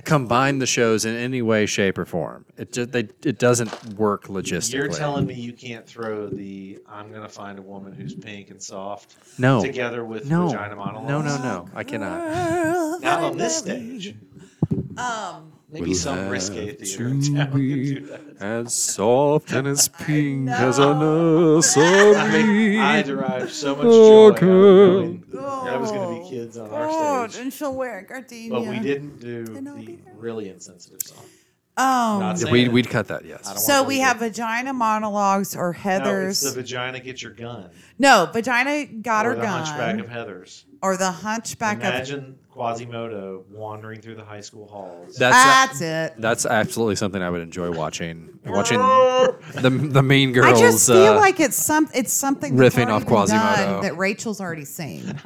combine the shows in any way, shape, or form. It just they it doesn't work logistically. You're telling me you can't throw the "I'm gonna find a woman who's pink and soft" No. together with no vagina monologues. no no no I cannot. Not on this stage. um, Maybe some risque theater in town can do that. as soft and as pink as a nurse of I derived so much joy. Oh, out of knowing That was gonna be Oh, kids on our God, stage, and she'll wear a gardenia. but we didn't do And I'll be the there. really insensitive song. Um, Not saying We it. we'd cut that yes. I don't so want we to- have vagina monologues or No, it's Heather's. the vagina get your gun. no, vagina got or her the gun. Hunchback of Heather's. or the hunchback of. Imagine Quasimodo wandering through the high school halls. That's it. That's absolutely something I would enjoy watching. Watching the the Mean Girls. I just feel uh, like it's some it's something that's riffing already off been Quasimodo. done that Rachel's already seen.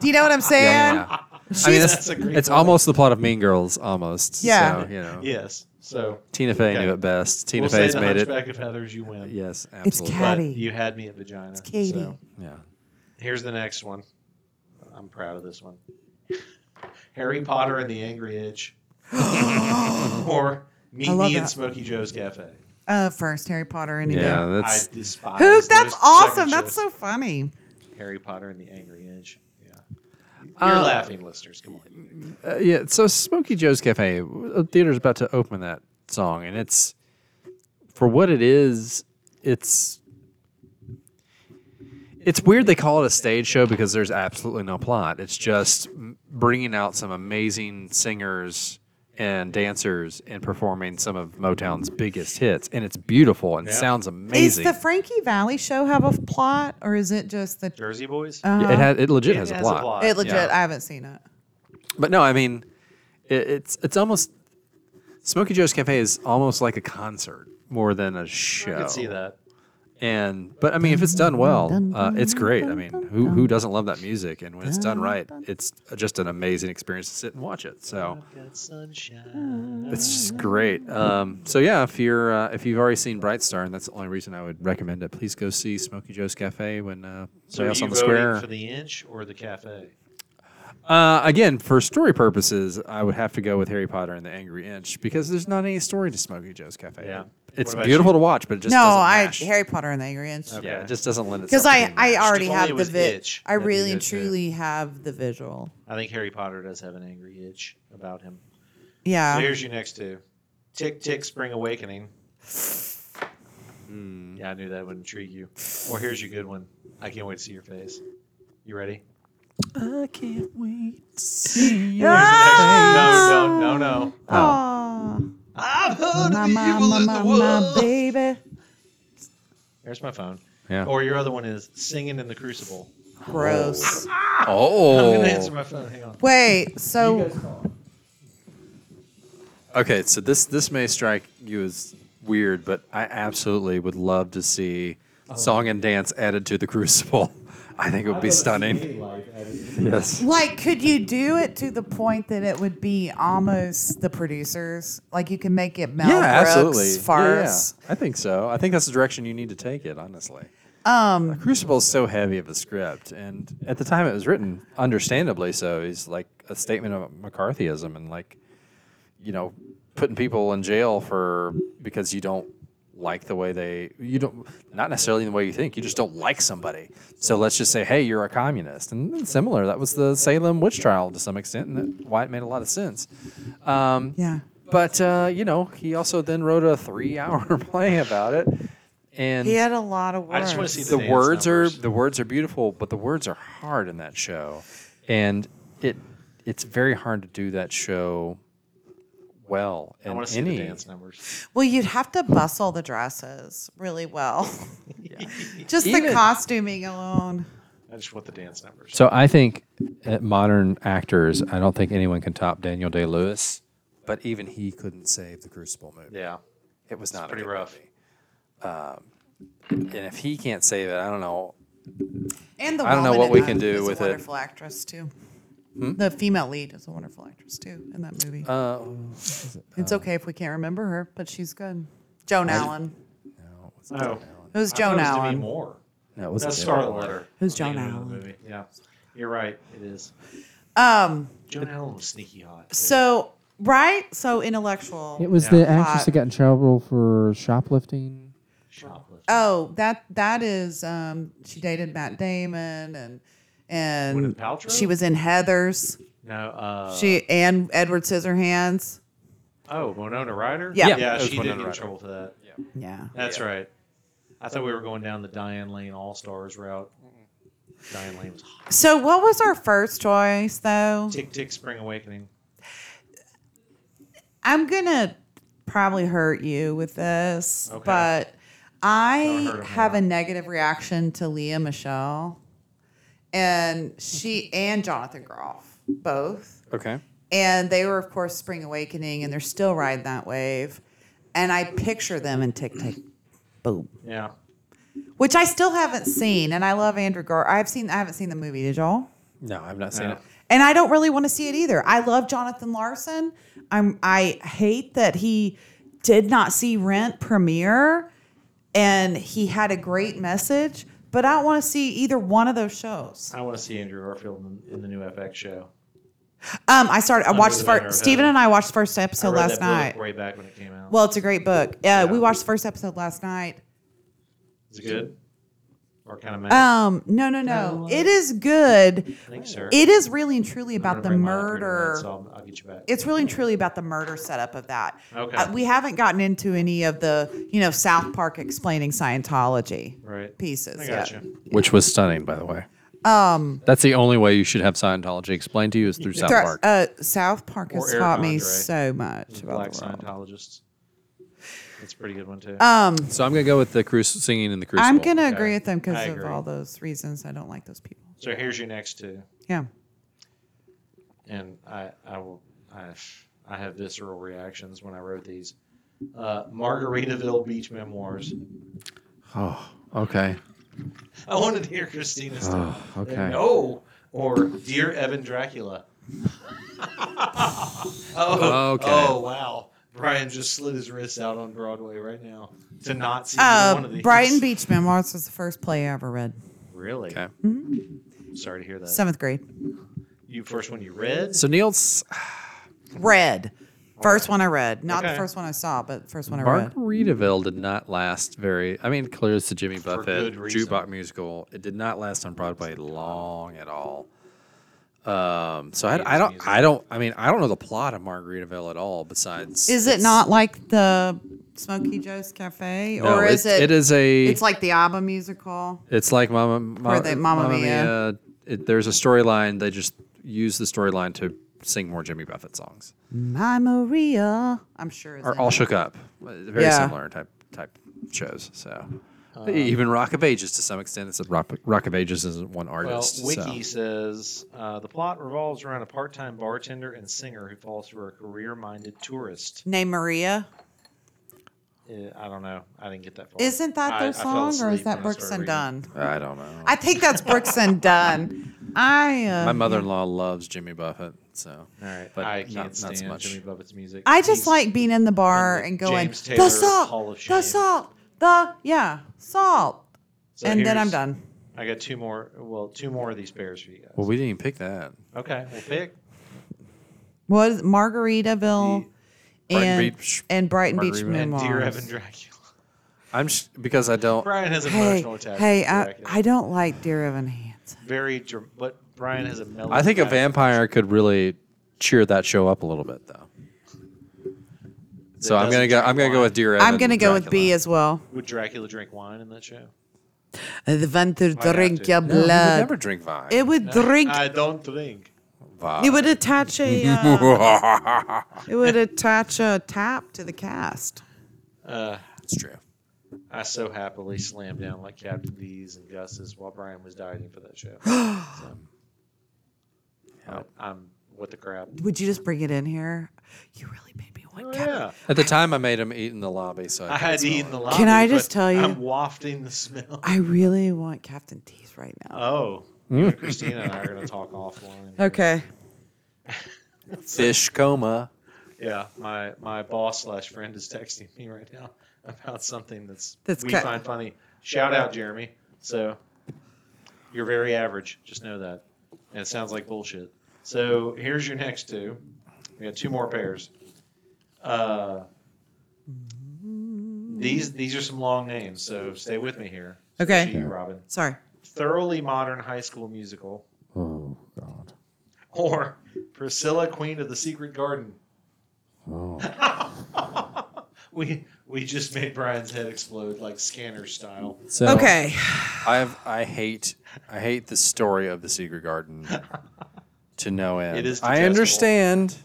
Do you know what I'm saying? yeah, yeah. I mean, that's, That's a great it's point. almost the plot of Mean Girls, almost. Yeah. So, you know, yes. So Tina Fey Okay. knew it best. Tina we'll say Fey's the made it. Hunchback of Heather's. You win. Yes, It's absolutely. But Abby. you had me at vagina. Katie. So yeah. here's the next one. I'm proud of this one. Harry Potter and the Angry Inch, or Meet I love Me in that. Smokey Joe's Cafe. Uh, first Harry Potter and Yeah, yeah. that's I despise. Who? those That's second awesome. That's shows. so funny. Harry Potter and the Angry Inch. Yeah. You're Uh, laughing, listeners. Come on. uh, yeah. So Smokey Joe's Cafe a theater's about to open that song, and it's for what it is. It's It's weird they call it a stage show because there's absolutely no plot. It's just m- bringing out some amazing singers and dancers and performing some of Motown's biggest hits, and it's beautiful and Yeah. sounds Is amazing. the Frankie Valley show have a plot, or is it just the? Jersey Boys. Oh. Yeah, it had it legit has, a, plot. It legit. Yeah. I haven't seen it. but no, I mean, it, it's it's almost Smokey Joe's Cafe is almost like a concert more than a show. I can see that. And but I mean, if it's done well, uh, it's great. I mean, who who doesn't love that music? And when it's done right, it's just an amazing experience to sit and watch it. So it's just great. Um, so yeah, if you're uh, if you've already seen Bright Star, and that's the only reason I would recommend it, please go see Smokey Joe's Cafe when uh, So are Playhouse you on the voting Square. for the inch or the cafe? Uh, again, for story purposes, I would have to go with Harry Potter and the Angry Inch because there's not any story to Smokey Joe's Cafe. Yeah. It's What about beautiful to watch, but it just no, doesn't I mash. Harry Potter and the Angry Inch. Okay. yeah, it just doesn't lend itself. Because to I, being I mashed. already If only have it the was vi- itch, I that'd be really and good, too. truly have the visual. I think Harry Potter does have an angry itch about him. Yeah. So here's your next two. Tick Tick Spring Awakening. Hmm. Yeah, I knew that would intrigue you. Or here's your good one. I can't wait to see your face. You ready? I can't wait to see you. No, no, no, no. Oh. Aw. I've heard my, my, my, my, my baby. There's my phone. Yeah. Or your other one is Singing in the Crucible. Gross. I'm going to answer Oh. my phone. Hang on. Wait, so Okay, so this this may strike you as weird, but I absolutely would love to see song and dance added to the Crucible. I think it would be stunning. Oh. Yes. like could you do it to the point that it would be almost the producers? Like you can make it Mel yeah, Brooks absolutely. Yeah, farce. yeah. I think so. I think that's the direction you need to take it, honestly. Um, Crucible is so heavy of a script, and at the time it was written, understandably so, is like a statement of McCarthyism and like, you know, putting people in jail for because you don't like the way they you don't not necessarily the way you think you just don't like somebody so let's just say hey you're a communist and similar that was the salem witch trial to some extent and why it made a lot of sense um, Yeah. but uh, you know, he also then wrote a three-hour play about it, and He had a lot of words. I just wanna see the dance words numbers. are the words are beautiful, but the words are hard in that show, and it it's very hard to do that show well I in want to see any the dance numbers. Well, you'd have to bustle the dresses really well. Just the Even- costuming alone. I just want the dance numbers. So I think at modern actors, I don't think anyone can top Daniel Day Lewis, but even he couldn't save the Crucible movie. yeah. It was not a pretty good rough. movie. Um, and if he can't save it, I don't know And the I don't know woman what in we that can do is with it. Hmm? a wonderful actress too. The female lead is a wonderful actress too in that movie. Uh, it's okay if we can't remember her, but she's good. Joan Allen. No. It was I Joan thought it was Demi Allen. Moore. no, it was That's Scarlet Letter. Who's The name Joan of the Allen? movie. Yeah. You're right. It is. Um. Joan Allen was sneaky hot. too. So right. So intellectual. It was Yeah. the actress Hot. that got in trouble for shoplifting. Shoplift. Oh, that that is. Um. She dated Matt Damon and Gwyneth and Paltrow? she was in Heather's. No. Uh, She and Edward Scissorhands. oh, Winona Ryder? Yeah. Yeah, Yeah, it was she did Winona get in Ryder. trouble for that. Yeah. That's right. I thought we were going down the Diane Lane All Stars route. Diane Lane was hot. So what was our first choice though? Tick Tick Spring Awakening. I'm gonna probably hurt you with this, Okay. but Don't I hurt him, have a Laura. negative reaction to Leah Michelle, and she and Jonathan Groff both, Okay. and they were of course Spring Awakening, and they're still riding that wave, and I picture them in Tick Tick Boom, Yeah. which I still haven't seen, and I love Andrew Gar. I've seen I haven't seen the movie. Did y'all? No, I've not seen No. it. and I don't really want to see it either. I love Jonathan Larson. I'm I hate that he did not see Rent premiere, and he had a great message, but I don't want to see either one of those shows. I want to see Andrew Garfield in, in the new FX show. Um, I started. I watched Under the the Banner of first. Stephen Heaven. and I watched the first I episode read that last night. book way back when it came out. Well, it's a great book. Uh, We watched the first episode last night. is it good? Or kind of mad. Um, no, no, no. It is good. I think, sir. It is really and truly I'm gonna about the bring my computer murder. in, so I'll, I'll get you back. it's really and truly about the murder setup of that. Okay. Uh, we haven't gotten into any of the, you know, South Park explaining Scientology right. pieces. I yet. got you. which was stunning, by the way. Um, That's the only way you should have Scientology explained to you is through South thro- Park. Uh, South Park Or has Eric taught me Andre. so much about Black the world. Scientologists. That's a pretty good one too. Um, So I'm gonna go with the cruise singing in the crucible. I'm gonna Okay. agree with them I because of agree. all those reasons. I don't like those people. so here's your next two, Yeah. and I I will I I have visceral reactions when I wrote these. Uh, Margaritaville Beach Memoirs. Oh, okay. I wanted to hear Christina's. Oh, take. okay. No, or Dear Evan Dracula. oh, Okay. oh wow. Brian just slid his wrists out on Broadway right now to not see either one Uh, of these. Brighton Beach Memoirs was the first play I ever read. Really? Okay. Mm-hmm. Sorry to hear that. Seventh grade. you first one you read. So Neil's Read. First one I read. Not Okay. the first one I saw, but first one I read. Margaritaville did not last very. I mean, clear as the Jimmy Buffett good reason. jukebox musical. It did not last on Broadway long at all. Um, so I, I don't, I don't, I mean, I don't know the plot of Margaritaville at all. Besides, Is it it's- not like the Smoky Joe's Cafe? No, or is it's- it? Oh, It is a. It's like the ABBA musical. It's like Mama, Ma- Or the Mamma Mia. Mia. It, there's a storyline. They just use the storyline to sing more Jimmy Buffett songs. My Maria. I'm sure. It's Or in All it. Shook Up. Uh, Very Yeah. similar type type shows. So Um, even Rock of Ages to some extent. It's a Rock, Rock of Ages isn't one Well, artist. Wiki so. says uh, the plot revolves around a part-time bartender and singer who falls for a career-minded tourist. Name Maria. Uh, I don't know. I didn't get that far. Isn't that I- their I fell song, or is asleep when that I Brooks and started reading. Dunn? I don't know. I think that's Brooks and Dunn. I. Uh, My mother-in-law loves Jimmy Buffett. So All right, But I not- can't not so stand much. Jimmy Buffett's music. I just He's- like being in the bar and the and going James Taylor the Hall salt, of Shame." the salt, the yeah salt, So and then here's- I'm done. I got two more. Well, two more of these pairs for you guys. well, we didn't even pick that. Okay, we'll pick. What is Margaritaville Brighton and Beach- and Brighton Beach Margaritaville. And Dear Memoirs? Evan Dracula. I'm sh- because I don't. Brian has an Hey, emotional attachment. hey, to I, Dracula. I don't like Dear Evan Hansen. very. dr- But Brian has a melody. I think a vampire could really cheer that show up a little bit, though. So I'm doesn't gonna go. drink I'm gonna go wine. with Dear Evan. I'm gonna go with Dracula. B as well. Would Dracula drink wine in that show? The one to not drink to? your No, he would blood. never drink wine. it would drink. I don't drink. Vine. it would attach a. Uh, it would attach a tap to the cast. Uh, It's true. I so happily slammed down like Captain D's and Gus's while Brian was dieting for that show. so, Yeah. I'm with the crowd. Would you just bring it in here? You really made me want. Oh, Captain yeah. At the time, I made him eat in the lobby, so I, I had to eat in the lobby. I just but tell you- I'm wafting the smell. I really want Captain Teeth right now. Oh, yeah, Christina and I are going to talk offline. Mm. Okay. fish coma. Yeah, my my boss slash friend is texting me right now about something that's, That's we ca- find funny. Shout out, Jeremy. So you're very average. Just know that. And it sounds like bullshit. So here's your next two. We got two more pairs. Uh, these these are some long names, so stay with me here. Okay. Especially You, Robin. Sorry. Thoroughly modern high school musical, Oh God. or Priscilla, Queen of the Secret Garden. Oh. We we just made Brian's head explode like scanner style. So Okay. I've I hate I hate the story of the secret garden to no end. It is I digestible. understand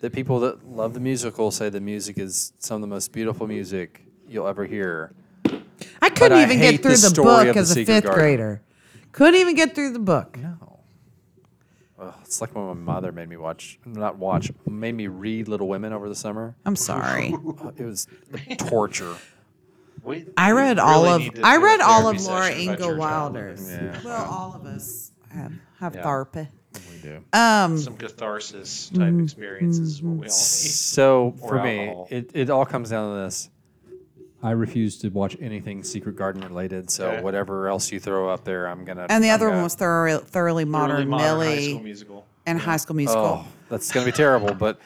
that people that love the musical say the music is some of the most beautiful music you'll ever hear. I couldn't I even hate get the through the, story of book the as a secret fifth garden. grader. Couldn't even get through the book. No. Ugh, it's like when my mother made me watch, not watch, made me read Little Women over the summer. I'm sorry. Ugh, It was torture. We, I we read really all need of to I do a read all of therapy Laura session about Ingalls your childhood. Wilder's. Yeah. Well, all of us have have Yeah. therapy. We do. Um Some catharsis type Mm-hmm. experiences is what we all need. So Or for me, alcohol. it, it all comes down to this. I refuse to watch anything Secret Garden related. So Okay. whatever else you throw up there, I'm gonna. and the I'm other one gonna- was thoroughly, thoroughly modern, Thoroughly modern high Millie. school musical. and High School Musical. Oh, that's going to be terrible, but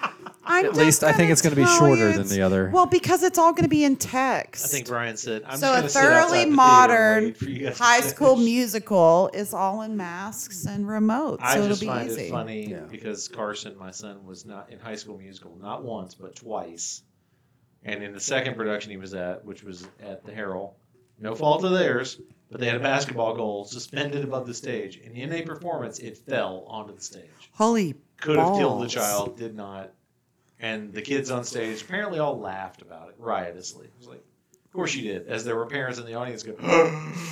I'm At just least I think gonna it's gonna be tell you shorter than it's- the other. Well, because it's all going to be in text. I think Brian said. I'm so just a gonna sit outside the thoroughly theater and modern wait for you guys to high school finish." musical is all in masks and remotes, I so it'll just be find easy. it funny Yeah. because Carson, my son, was not in High School Musical not once but twice, and in the second production he was at, which was at the Herald, no fault of theirs, but they had a basketball goal suspended above the stage, and in a performance it fell onto the stage. Holy Could have killed the balls. child, did not, and the kids on stage apparently all laughed about it riotously. It was like, of course you did, as there were parents in the audience go,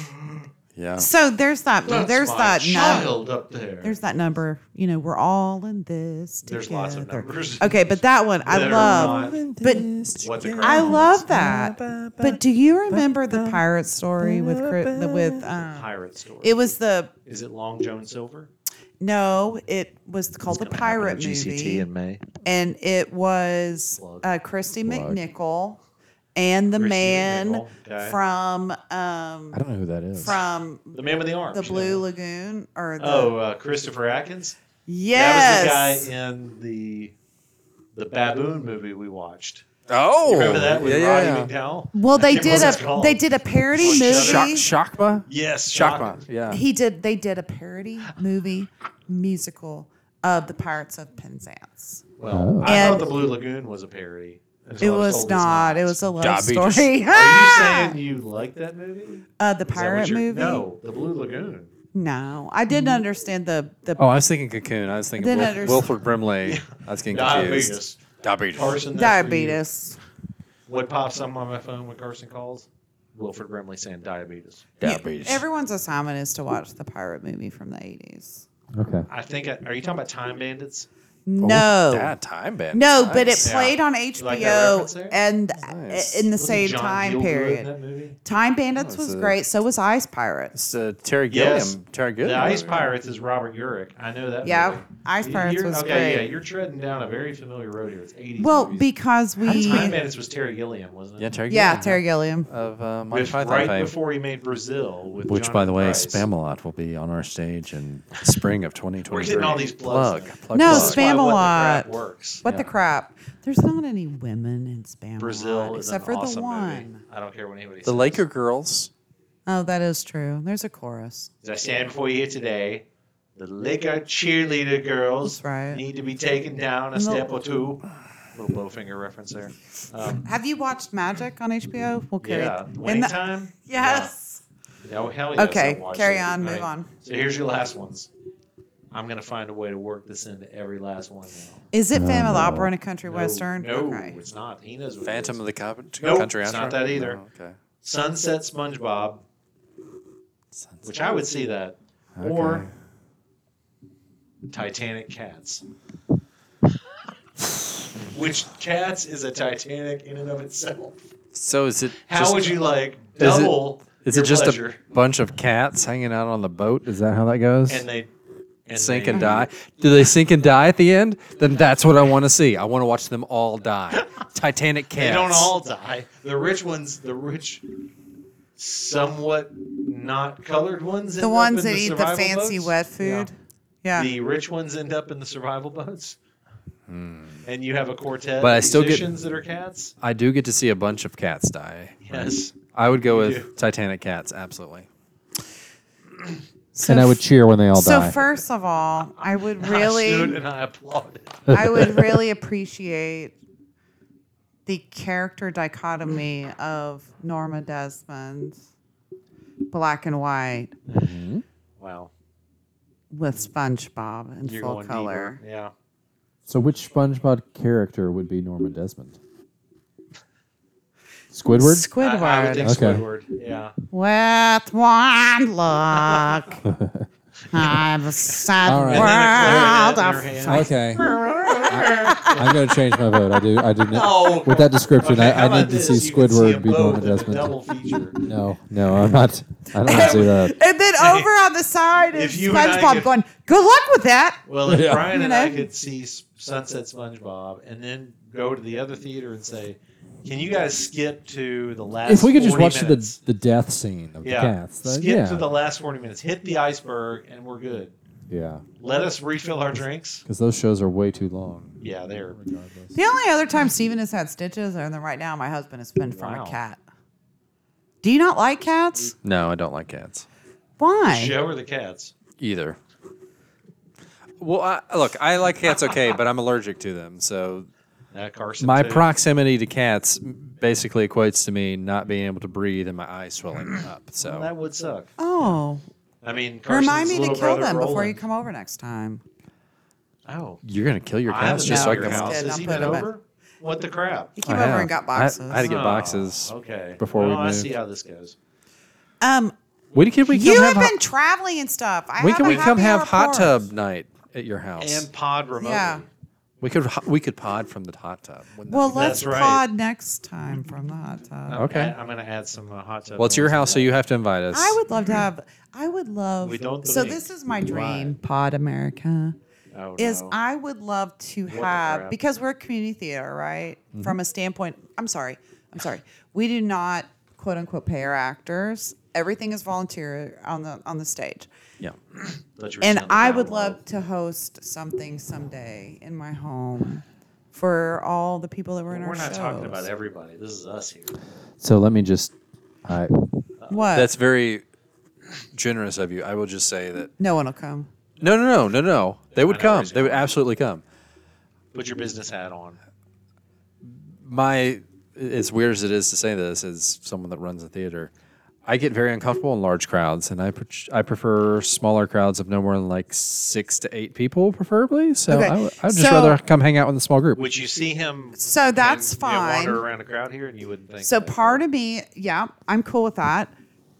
yeah. So there's that. "That's there's my that. Num- child up there." there's that number. You know, we're all in this together. There's lots of numbers. Okay, but that one I They're love. not But what the I crowd love that. But do you remember the pirate story with Chri- the- with um, pirate story. it was the Is it Long John Silver? no, it was called the pirate movie, May. and it was Plug. uh, Christy Plug. McNichol and the Christy man McNichol, okay. from um I don't know who that is. from The man with the arms. the you Blue know. Lagoon or the Oh, uh, Christopher Atkins. yes That was the guy in the the baboon movie we watched. Oh, You remember that with yeah, Roddy McDowell? well, I they can't remember did what it's a called. they did a parody Shock- movie. yeah. Shock, Shockma, Yes, Shockma, yeah. He did. They did a parody movie musical of the Pirates of Penzance. Well, I And- thought the Blue Lagoon was a parody. It was not. It was a love Dobby just- story. Are you saying you like that movie? uh, the Is that what pirate you're- movie? No, the Blue Lagoon. No, I didn't understand the the. Oh, I was thinking Cocoon. I was thinking Then Wil- others- Wilford Brimley. I was getting confused. Diabetes. Diabetes. Carson. that's for you. Diabetes. What pops up on my phone when Carson calls? Wilfred Brimley saying diabetes. Diabetes. Everyone's assignment is to watch the pirate movie from the eighties. Okay. I think. I, are you talking about Time Bandits? Oh, No, that time band. no, but it Yeah. played on You like that HBO reference there? and uh, Nice. in the Wasn't same John time Gielgud in period. that movie? Time Bandits Oh, was so- great. So was Ice It's Pirates. uh, Terry Gilliam. Yes. Terry Gilliam. The Ice Pirates is Robert Urich. I know that. Yeah, movie. Ice You- Pirates you're- was okay, great. Yeah, you're treading down a very familiar road here. It's 80s. Well, movies. because we, Time Bandits was Terry Gilliam, wasn't it? Yeah, Terry Gilliam. yeah, Terry Gilliam. Of uh, Monty With- Python right fame. before he made Brazil. With Which, Jonathan by the way, Pryce. Spamalot will be on our stage in spring of 2023. We're getting all these plugs. plug. plug, No, That's why plug. What the Crap Spamalot. works. What the crap? There's not any women in Spamalot Brazil is except an for awesome the one. Movie. I don't care what anybody the says. Laker girls. Oh, that is true. There's a chorus. As I stand before you today, the Laker cheerleader girls That's right. need to be taken down a And the- step or two. Little Bowfinger reference there. Um, Have you watched Magic on HBO? We'll carry. yeah, in winning the- time. Yes. Yeah. Oh hell yes. Okay, I watched carry it. on, All move on. So here's your last ones. I'm gonna find a way to work this into every last one now. Is it Phantom of the no. Opera and a country No, western? No, Okay. it's not. He knows what Phantom it of is. the Co- Nope, Country it's not After. that either. Oh, okay. Sunset SpongeBob, Sunset. which I would see that, Okay. or Titanic Cats. Which Cats is a Titanic in and of itself. So is it? How just, would you like Is it- double? Is your it just pleasure? a bunch of cats hanging out on the boat? Is that how that goes? and they and sink they- and die? Do they sink and die at the end? Then that's what I want to see. I want to watch them all die. Titanic cats. They don't all die. The rich ones, the rich, somewhat not colored ones. The end up ones in that eat the survival fancy boats. wet food. Yeah. The rich ones end up in the survival boats. And you have a quartet Hmm. But I of still get- musicians that are cats. I do get to see a bunch of cats die. Yes. I would go You with do. Titanic cats. Absolutely. So and I would cheer when they all So die. first of all, I would I really stood and I applauded. I would really appreciate the character dichotomy of Norma Desmond, black and white, Wow. with SpongeBob in You're full going color. deeper. Yeah. so which SpongeBob character would be Norma Desmond? Squidward? Squidward. I, I would think Okay. Squidward. Yeah. with one look, I have a sad All right. And then a world clarinet in her of- okay. hand. I, am going to change my vote. I do. I do. Not, Oh, with that description, okay, how I, I about need to this? see You can Squidward them be both Norma in the Desmond. Double feature. No, no, I'm not. I don't want to do that. And then over on the side is If you and I SpongeBob could- going, good luck with that. Well, if Yeah. Brian You and I know? could see S- Sunset SpongeBob and then go to the other theater and say, "Can you guys skip to the last?" If we could just 40 watch minutes? the the death scene of yeah, the cats, that, skip yeah. to the last forty minutes, hit the iceberg, and we're good. Yeah, Let us refill our drinks. because those shows are way too long. Yeah, they're Regardless, The only other time Steven has had stitches, and then right now my husband has been from Wow. a cat. Do you not like cats? No, I don't like cats Why? Joe or the cats. either. Well, I, look, I like cats okay, but I'm allergic to them. So Uh, Carson. my too. proximity to cats basically equates to me not being able to breathe and my eyes swelling up. So That would suck. Oh, I mean, Carson's remind me to little kill brother them before Roland. you come over next time. Oh, you're gonna kill your I haven't cats just been to your like No, them. I'm house. kidding. Has I'm he putting been them back. over? What the crap? He came I over have. and got I- boxes. I had to get Oh, boxes. Okay. before we well, I moved. see how this goes. um, When can we come you have have hot- been traveling and stuff. I we have can a we come happy have hot rapport. tub night at your house? And pod remotely. Yeah. we could ho- we could pod from the hot tub. Wouldn't that Well, be- let's That's right. Oh, pod next time from the hot tub. I'm Okay. add- I'm gonna add some uh, hot tub. well, it's your moments. house, so you have to invite us. I would love to have. I would love. We don't so think. this is my Why? dream, Pod America, Oh, is no. I would love to the have crap. Mm-hmm. because we're a community theater, right? From a standpoint, I'm sorry, I'm sorry. We do not quote unquote pay our actors. Everything is volunteer on the on the stage, yeah. But you're and sounding I down would low. love to host something someday in my home for all the people that were in We're our not shows. talking about everybody. This is us here. So let me just. I What? That's very generous of you. I will just say that. no one will come. No, no, no, no, no. They would I know come. where's They would going. absolutely come. Put your business hat on. My as weird as it is to say this, as someone that runs a theater, I get very uncomfortable in large crowds, and I pre- I prefer smaller crowds of no more than like six to eight people, preferably. So Okay. I would, I would just So- rather come hang out with a small group. Would you see him? So that's and, you know, fine. wander around a crowd here, and you wouldn't think. So that. part of me, yeah, I'm cool with that.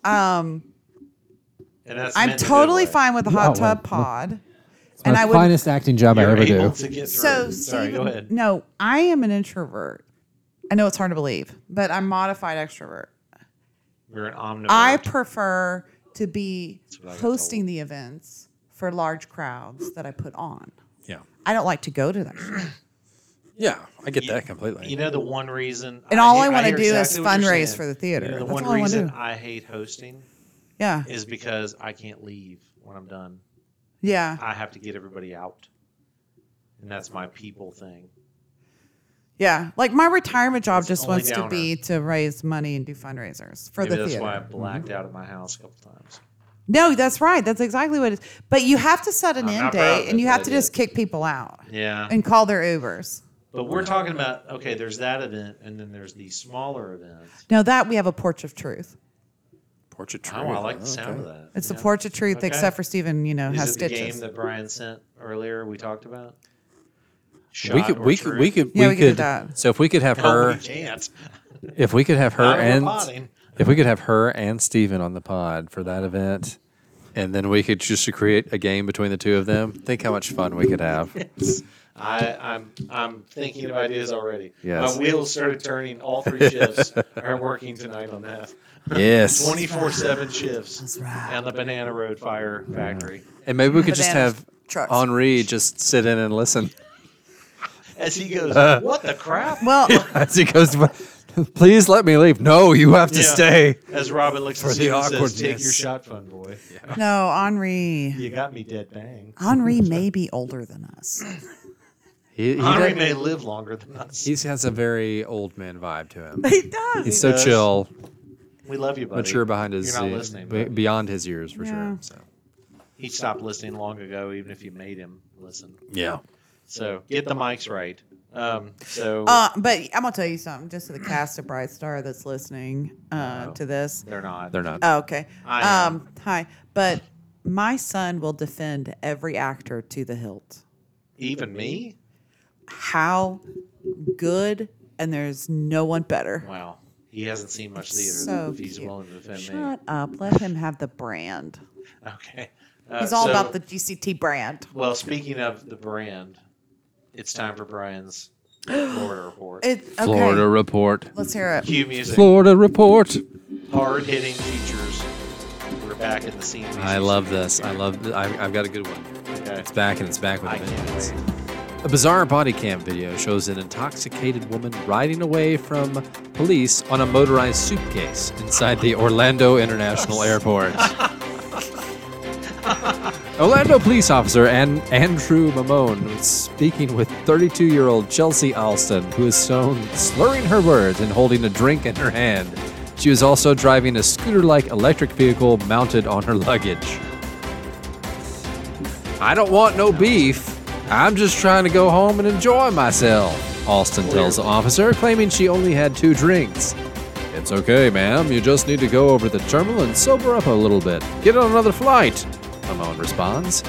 Um, And that's I'm meant in a good totally way. fine with a hot Oh, tub well, pod. And my I would finest acting job I You're ever able do. to get so through. Sorry, go Steven- ahead. No, I am an introvert. I know it's hard to believe, but I'm modified extrovert. You're an omnivore. I prefer to be what I got hosting the events for large crowds that I put on. yeah, I don't like to go to them. yeah, I get that completely. You know the one reason. And all I hear- wanna hear do is what you're fundraise saying. for the theater. You know, the That's one all I wanna reason do. I hate hosting Yeah. is because I can't leave when I'm done. Yeah. I have to get everybody out, and that's my people thing. Yeah. Like my retirement job It's just only wants to downer. be to raise money and do fundraisers for Maybe the that's theater. Mm-hmm. why I blacked out at my house a couple times. No, that's right. That's exactly what it is. But you have to set an I'm end not proud of date it, and you but have I to did. just kick people out Yeah, and call their Ubers. but we're talking about okay. There's that event, and then there's the smaller event. Now that we have a porch of truth. Portrait Oh, I like the sound of that. It's yeah. the porch of truth, Okay. except for Stephen, you know, Is has it the game stitches. that Brian sent earlier? We talked about. we Shot could, or we could, we truth? could, we Yeah, we could do could. that. So if we could have No, we her, can't. if we could have her Not on the and potting. if we could have her and Steven on the pod for that event, and then we could just to create a game between the two of them. Think how much fun we could have. I, I'm I'm thinking of ideas already. Yes. My wheels started turning. All three shifts are working tonight on that. Yes, 24 7 shifts right. and the Banana Road Fire Factory. and maybe we could just Banana have trucks. Henri just sit in and listen As he goes, What the crap? Well, as he goes. by. Please let me leave. No, you have to Yeah. stay. As Robin looks For at you the and says, Take awkwardness. your shot, fun boy. no, Henri. You got me dead bang. Henri may be older than us. He, he, Henry does- may live longer than us. he has a very old man vibe to him. He does. He's so does. chill. we love you, buddy. mature behind his You're not uh, listening. be- but beyond his years for Yeah. sure. So he stopped listening long ago, even if you made him listen. yeah, So get the mics right. Um, so Uh, but I'm gonna tell you something, just to the cast of Bright Star that's listening uh, to this. they're not. they're not. Oh, okay. I am. um, hi. But my son will defend every actor to the hilt. Even me? How good, and there's no one better. Wow. He hasn't seen much theater. So if he's cute. willing to defend Shut up. Let him have the brand. me. Okay. Uh, He's all so- about the GCT brand. Well, speaking of the brand, it's time for Brian's Florida report. It, okay. Florida report. Let's hear it. Cue music, Florida report. hard hitting features. We're back in the scene. I love this. I love. Th- I, I've got a good one. Okay. It's back and it's back with I a can't vengeance. wait. A bizarre body cam video shows an intoxicated woman riding away from police on a motorized suitcase inside the Orlando International Airport. Orlando police officer and Andrew Mamone was speaking with 32 year old Chelsea Alston, who is shown slurring her words and holding a drink in her hand. She was also driving a scooter like electric vehicle mounted on her luggage. I don't want no beef. I'm just trying to go home and enjoy myself, Alston tells the officer, claiming she only had two drinks. It's okay, ma'am. You just need to go over to the terminal and sober up a little bit. Get on another flight, Mamone responds.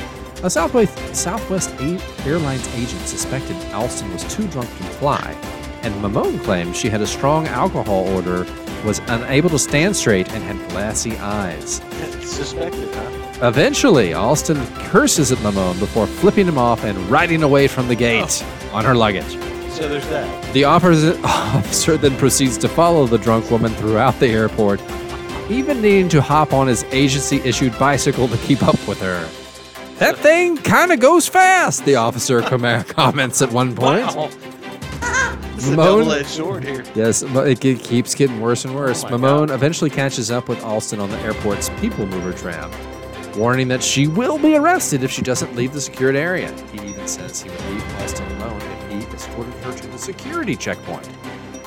A Southwest, Southwest A- Airlines agent suspected Alston was too drunk to fly, and Mamone claimed she had a strong alcohol order, was unable to stand straight, and had glassy eyes. Suspected, huh? Eventually, Alston curses at Mamone before flipping him off and riding away from the gate on her luggage. So there's that. The officer, officer then proceeds to follow the drunk woman throughout the airport, even needing to hop on his agency issued bicycle to keep up with her. That thing kind of goes fast, the officer com- comments at one point. Wow. It's a Moan- double edged sword here. Yes, but it ge- keeps getting worse and worse. Oh my Mamone eventually catches up with Alston on the airport's people mover tram, warning that she will be arrested if she doesn't leave the secured area. He even says he would leave Alston alone if he escorted her to the security checkpoint.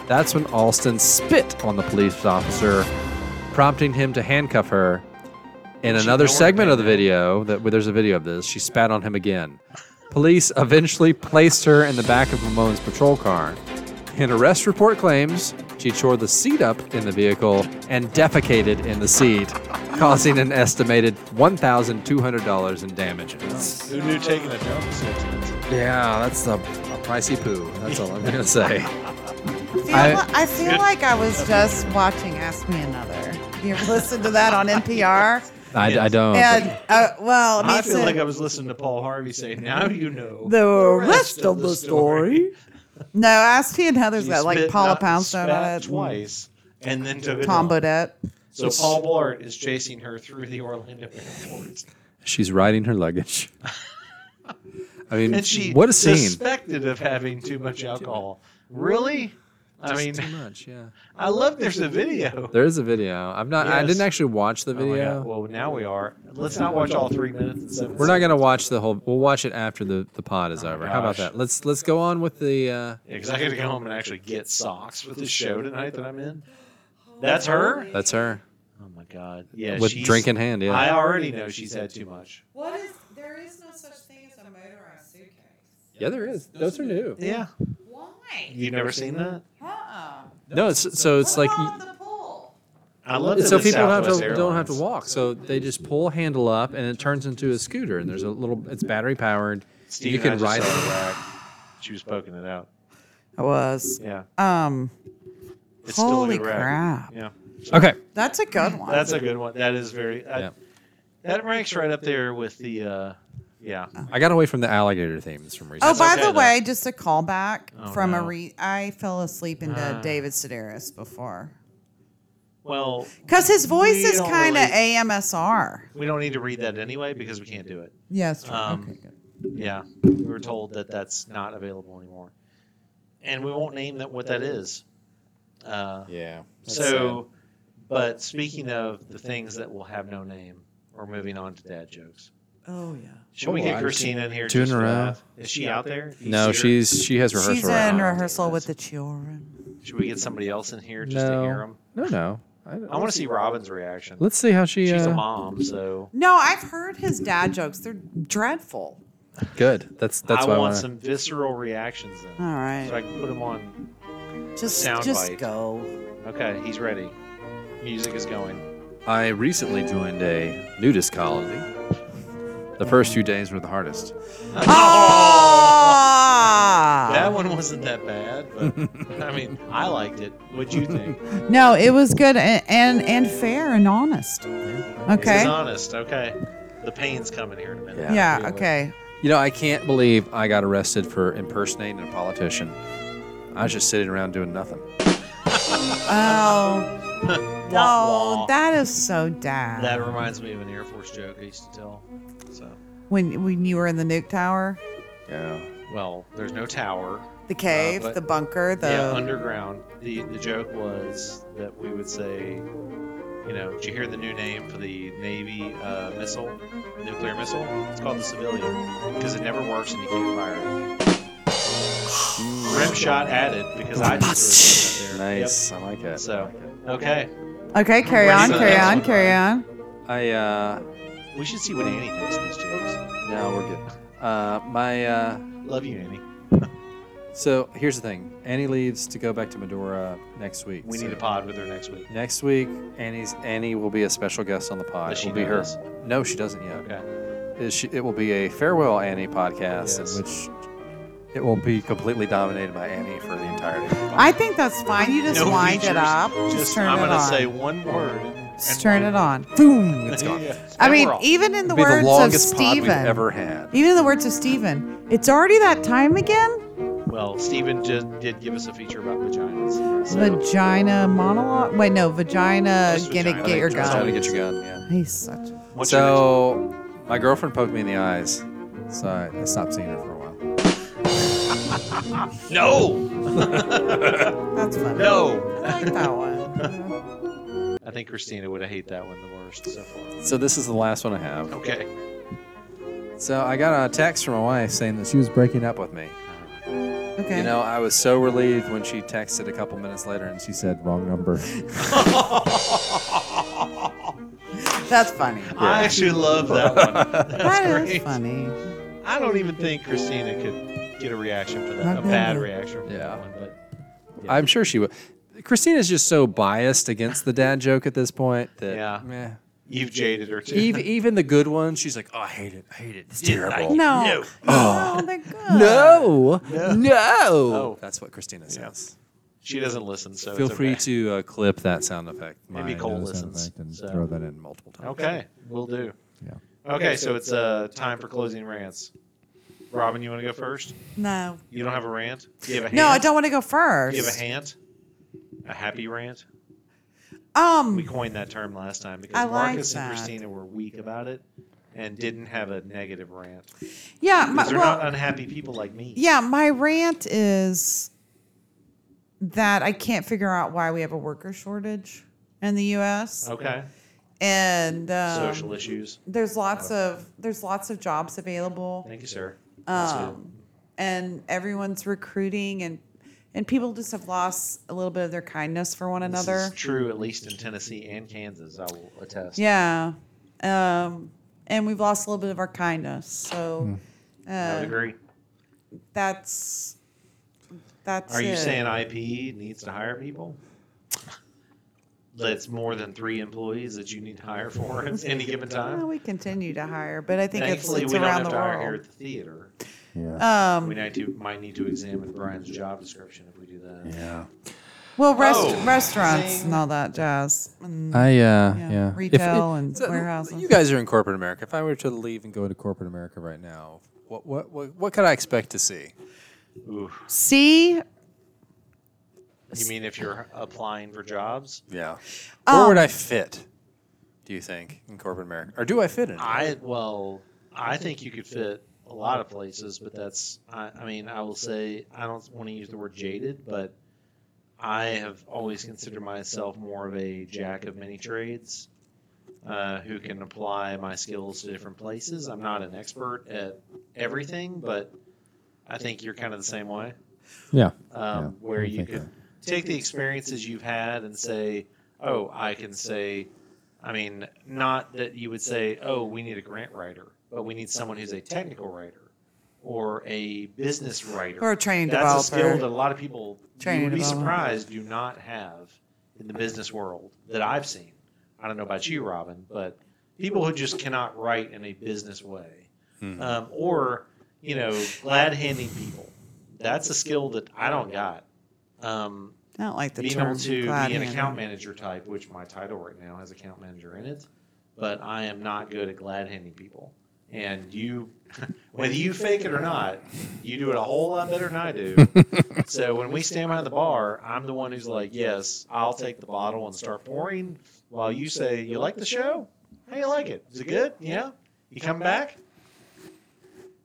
That's when Alston spit on the police officer, prompting him to handcuff her. In She another don't wanna segment do of the that. video, that where there's a video of this, she spat on him again. Police eventually placed her in the back of Ramon's patrol car. An arrest report claims she tore the seat up in the vehicle and defecated in the seat, causing an estimated $1,200 in damages. Who knew taking a dump was so expensive? Yeah, that's the a pricey poo. That's all I'm going to say. Feel I- li- I feel like I was just watching Ask Me Another. You ever listened to that on NPR? I, I don't. And uh, well, I, mean, I it's feel a- like I was listening to Paul Harvey say, "Now you know the rest of the story. No, Ask Me Another's He got like spit Paula not- Poundstone on spat it. twice, and then took it Tom off. Bodette. So Paul Blart is chasing her through the Orlando airport, She's riding her luggage. I mean, and she what a scene. suspected of having too much alcohol. Really? I Just mean, too much, yeah. I love there's a video. There is a video. I'm not. I Yes. didn't actually watch the Oh my video. God. Well, now we are. Let's not watch all three minutes. And seven We're not seconds. gonna watch the whole. We'll watch it after the the pod is over. How about gosh. that? Let's let's go on with the. Uh, Because I got to go home and actually get socks for this show tonight that I'm in. That's her. that's her Oh my god. Yeah. with she's- drink in hand. Yeah. I already know she's had too much. What is? There is no such thing as a motorized suitcase. yeah, there is. Those are new. Yeah. Why? You've never seen that? Uh-uh. No, it's so it's like. the pool? I love it's that So it's people don't have Southwest to don't have to Airlines. walk. So they just pull a handle up and it turns into a scooter. And there's a little. It's battery powered. Steve you and I can just ride saw it. the rack. She was poking it out. I was. Yeah. Um. It's holy still a good rack. crap! Yeah. Okay. That's a good one. That's a good one. That is very. I, Yeah. That ranks right up there with the. Uh, yeah. I got away from the alligator themes from Oh, That's recent. by okay, the though. way, just a callback Oh, from a no. re. I fell asleep into Ah. David Sedaris before Well, because his voice We is don't kind of really- AMSR. we don't need to read that anyway because we can't do it. Yes. true. Um, okay. Good. Yeah. We were told that that's not available anymore. And we won't name that what that is. Uh, Yeah. so, but speaking of the things that will have no name, we're moving on to dad jokes. Oh yeah. Should we Oh, get I- Christina in here? Two in just a for row. that? Is she out there? Do you No, see her? she's she has rehearsal. She's right in now. rehearsal with the children. Should we get somebody else in here just no. to hear them? No, no. I want to see Robin's reaction. Let's see how she. She's uh, a mom, so No, I've heard his dad jokes. They're dreadful. Good. That's that's I want why I want some visceral reactions All then, so I right. can put them on. Just sound just bite. go. Okay, he's ready. Music is going. I recently joined a nudist colony. The first few days were the hardest. Ah! That one wasn't that bad, but I mean, I liked it. What'd you think? No, it was good and and, and fair and honest. This Okay. is honest. Okay, the pain's coming here in a minute. Yeah. Yeah. Feel it. Okay. You know, I can't believe I got arrested for impersonating a politician. I was just sitting around doing nothing. Oh. Wah, Oh, wah. that is so dad. That reminds me of an Air Force joke I used to tell. So, when when you were in the nuke tower, Yeah. well, there's no tower. the cave, Uh, but- the bunker, the yeah, underground. The the joke was that we would say you know, did you hear the new name for the Navy uh, missile, nuclear missile? It's called the Civilian because it never works and you can't fire it. Rim shot added because I just threw it out there. Nice. I like Yep. it. So, okay. Okay, carry Where's on, the carry next on, one? carry on. I uh We should see what Annie thinks of these jokes. now we're good. Uh my uh Love you, Annie. so here's the thing. Annie leaves to go back to Medora next week. We so- need a pod with her next week. Next week, Annie's Annie will be a special guest on the pod. Does she will be know her. this? No, she doesn't yet. Okay. Is she, it will be a farewell Annie podcast Yes. in which it will be completely dominated by Annie for the entirety. Of the podcast. I think that's fine. You just No wind features, it up. Just, turn I'm it gonna on. say one word. just turn it on. boom, it's gone. Yeah. I And mean, e- we're off. even in the It'll be the words of longest pod we've Stephen, ever had. even in the words of Stephen, it's already that time again. well, Steven just did give us a feature about vaginas. So, Vagina monologue. Wait, no, vagina. Just Get vagina. it, get your Just Just trying to gun. get your gun. Yeah. He's such. A, what's your next- so my girlfriend poked me in the eyes, so I, I stopped seeing her for a while. no, that's funny. no. I like that one. I think Christina would hate that one the worst so far. So this is the last one I have. Okay. So I got a text from my wife saying that she was breaking up with me. Okay. You know, I was so relieved when she texted a couple minutes later and she said wrong number. that's funny. I actually love that one. That's That is great. funny. I don't even think Christina could get a reaction for that, Not a bad. bad reaction for Yeah. that one. But I'm sure she would. Christina's just so biased against the dad joke at this point that Yeah. meh. you've jaded her too. Even, even the good ones, she's like, oh, I hate it. I hate it. It's terrible. No. Oh, No. No, they're good. No, no. Oh. That's what Christina says. she doesn't listen, so Feel it's free okay. to uh, clip that sound effect. Maybe My Cole nose sound listens, effect, And so. throw that in multiple times. Okay, we'll do. Yeah. Okay, so it's uh, time for closing rants. Robin, you want to go first? No. You don't have a rant? Do you have a No, I hand? don't want to go Do first. you have a rant? A happy rant? We Um, coined that term last time because I like Marcus that. and Christina were weak about it and didn't have a negative rant. yeah, my, Because they're well, not unhappy people like me. yeah, my rant is that I can't figure out why we have a worker shortage in the U.S. Okay. and um, Social issues. there's Uh. lots of there's lots of jobs available, Thank you, sir. That's good. um, and everyone's recruiting, and and people just have lost a little bit of their kindness for one This another. is true, at least in Tennessee and Kansas, I will attest. Yeah, um, and we've lost a little bit of our kindness. So I would Hmm. uh, agree. that's that's. Are you it. saying IP needs to hire people? That's more than three employees that you need to hire for at any given Well, time. we continue to hire, but I think it's, uh, Thankfully, it's we don't around have the to hire here world. at the theater. Yeah. We Um, might to might need to examine Brian's job description if we do that. Yeah. well, rest, Oh. restaurants and all that jazz. And, I, uh, yeah. yeah, If- Retail it- and so, warehouses. You guys are in corporate America. If I were to leave and go into corporate America right now, what, what, what, what could I expect to see? Ooh. See, You mean if you're applying for jobs? Yeah. Where Um, would I fit, do you think, in corporate America? Or do I fit in? it? I well, I think you could fit a lot of places, but that's I, I mean, I will say I don't want to use the word jaded, but I have always considered myself more of a jack of many trades, uh, who can apply my skills to different places. I'm not an expert at everything, but I think you're kind of the same way Yeah. um, Yeah, where I you think could take the experiences you've had and say, oh, I can say, I mean, not that you would say, oh, we need a grant writer, but we need someone who's a technical writer or a business writer. or a training That's a skill that a developer. lot of people, you Training would be development. surprised, do not have in the business world that I've seen. I don't know about you, Robin, but people who just cannot write in a business way um, or, you know, glad handing people. That's a skill that I don't got. Um, I don't like the being term. able to glad be an hand. account manager type, which my title right now has account manager in it, but I am not good at glad handing people. And you, whether you fake it or not, you do it a whole lot better than I do. so when we stand behind the bar, I'm the one who's like, "Yes, I'll take the bottle and start pouring," while you say, "You like the show? How you like it? Is it good? Yeah? You come back?"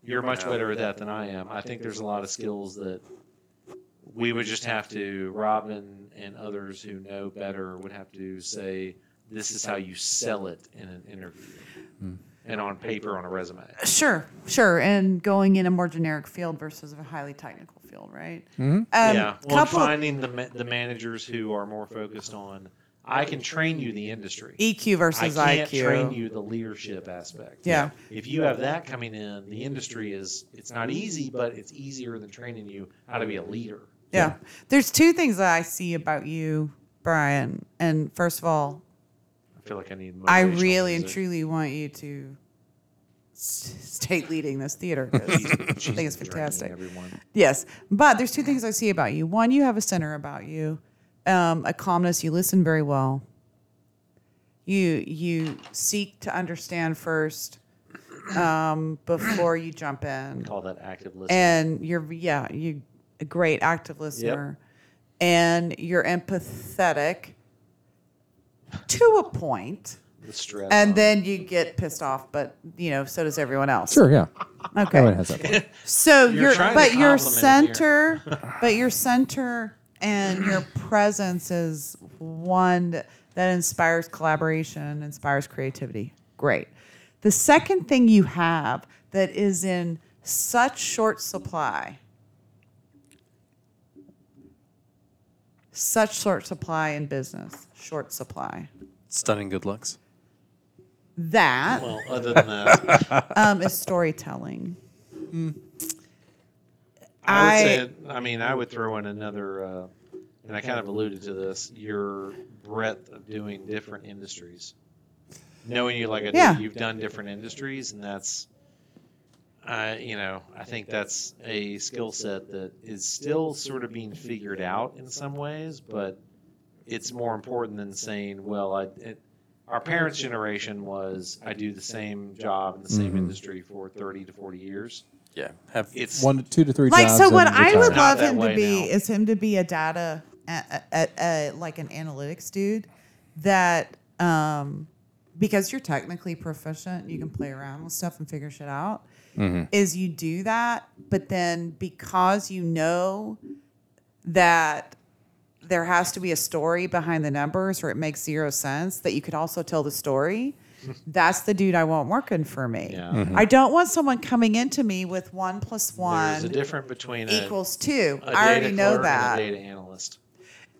You're much better at that than I am. I think there's a lot of skills that we would just have to Robin and others who know better would have to say This is how you sell it in an interview and on paper on a resume. Sure, sure, and going in a more generic field versus a highly technical field, right? Um, yeah. Well, and couple- finding the ma- the managers who are more focused on I can train you the industry. EQ I E versus can't IQ. train you the leadership aspect. Yeah. If you have that coming in, the industry is it's not easy, but it's easier than training you how to be a leader. Yeah. There's two things that I see about you, Brian. And first of all, I feel like I need. I motivational really and music. truly want you to s- stay leading this theater. 'cause I She's think it's draining fantastic. Everyone. Yes. But there's two things I see about you. One, you have a center about you, um, a calmness. You listen very well. You you seek to understand first um, before you jump in. Call that active listening. and you're yeah you a great active listener and you're empathetic to a point the stress. and on- then you get pissed off but you know so does everyone else Sure, yeah. Everyone okay has that. so You're your trying to but your compliment it center but your center and your presence is one that, that inspires collaboration inspires creativity great the second thing you have that is in such short supply such short supply in business short supply Stunning good looks. that well, other than that, um, is storytelling I, I- would say, I mean, I would throw in another, uh, and I kind of alluded to this, your breadth of doing different industries. Knowing you like I do, Yeah. you've done different industries, and that's, uh, you know, I think that's a skill set that is still sort of being figured out in some ways, but it's more important than saying, well, I, it, our parents' generation was I do the same job in the same industry for 30 to 40 years. Yeah. Have It's One, to two to three like jobs. so what and i would retire. Not love that him to way be now. is him to be a data a, a, a, like an analytics dude that um because you're technically proficient you can play around with stuff and figure shit out Mm-hmm. is you do that but then because you know that there has to be a story behind the numbers or it makes zero sense that you could also tell the story that's the dude i want working for me Yeah. Mm-hmm. i don't want someone coming into me with one plus There's a one difference between a- equals two. a I already data clerk know and a that. data analyst.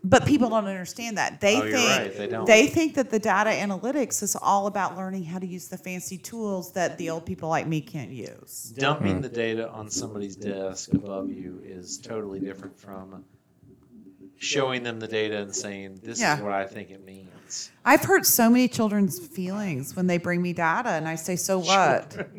But people don't understand that. They Oh, you're think right, they don't. think that the data analytics is all about learning how to use the fancy tools that the old people like me can't use. Dumping the data on somebody's desk above you is totally different from showing them the data and saying, "This Yeah. is what I think it means." I've hurt so many children's feelings when they bring me data and I say, So what?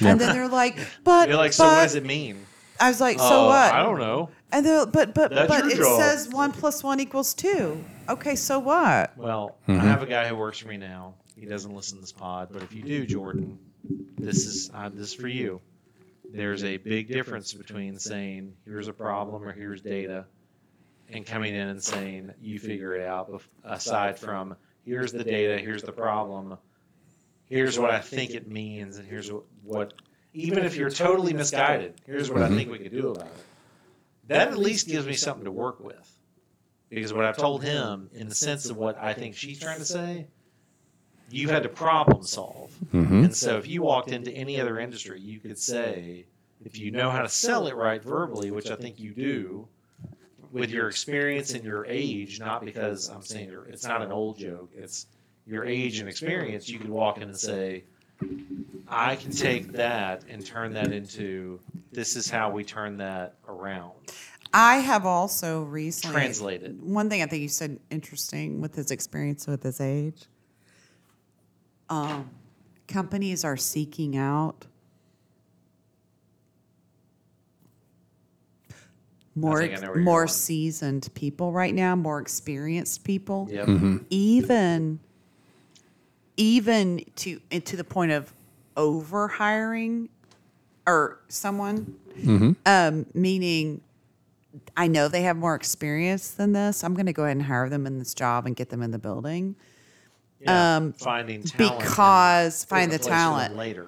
And then they're like, But, You're like, but "So what does it mean?" I was like, So "Uh, what? I don't know. And they're but but That's but your it job." says one plus one equals two. Okay, so what? Well, I have a guy who works for me now. He doesn't listen to this pod, but if you do, Jordan, this is uh, this is for you. There's a big difference between saying here's a problem or here's data, and coming in and saying you figure it out. bef- Aside from here's the data, here's the problem, here's what I think it means, and here's what, what even if you're totally misguided, here's what I think we could do about it. That at least gives me something to work with because what I've told him, in the sense of what I think she's trying to say, you've had to problem solve. Hmm? Mm-hmm. And so if you walked into any other industry, you could say, if you know how to sell it right verbally, which I think you do, with your experience and your age, not because I'm saying you're, it's not an old joke, it's your age and experience, you could walk in and say, I can take that and turn that into this is how we turn that around. I have also recently Translate it. One thing I think you said interesting with his experience with his age. Um, companies are seeking out more think I know where you're more going. seasoned people right now, more experienced people Yep. even even to and to the point of over hiring or someone um, meaning i know they have more experience than this i'm going to go ahead and hire them in this job and get them in the building Yeah, Um, finding talent and because- find the replacing them talent. later.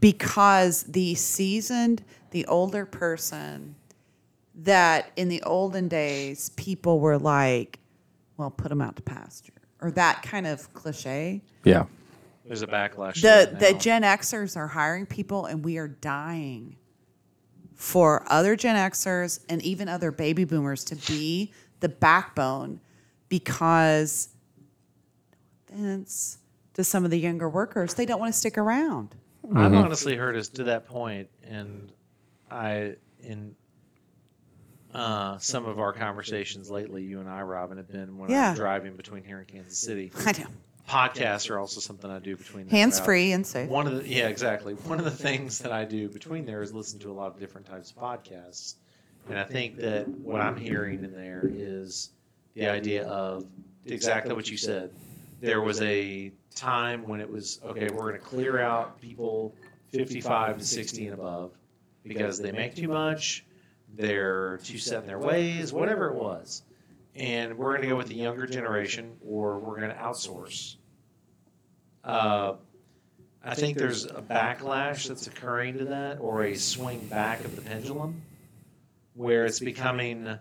because the seasoned, the older person that in the olden days people were like, well, put them out to pasture. or that kind of cliche. Yeah. There's a backlash. to The that the now. Gen Xers are hiring people, and we are dying for other Gen Xers and even other baby boomers to be the backbone because offense to some of the younger workers, they don't want to stick around. I've honestly heard us to that point, and I in uh, some of our conversations lately, you and I, Robin, have been when Yeah. I'm driving between here and Kansas City. I know. Podcasts are also something I do between there and Hands out. free and safe. One of the yeah, exactly. One of the things that I do between there is listen to a lot of different types of podcasts, and I think that what I'm hearing in there is the idea of exactly what you said. There was a time when it was okay. We're going to clear out people 55 to 60 and above because they make too much, they're too set in their ways, whatever it was, and we're going to go with the younger generation, or we're going to outsource. Uh, I think there's a backlash that's occurring to that, or a swing back of the pendulum, where it's becoming.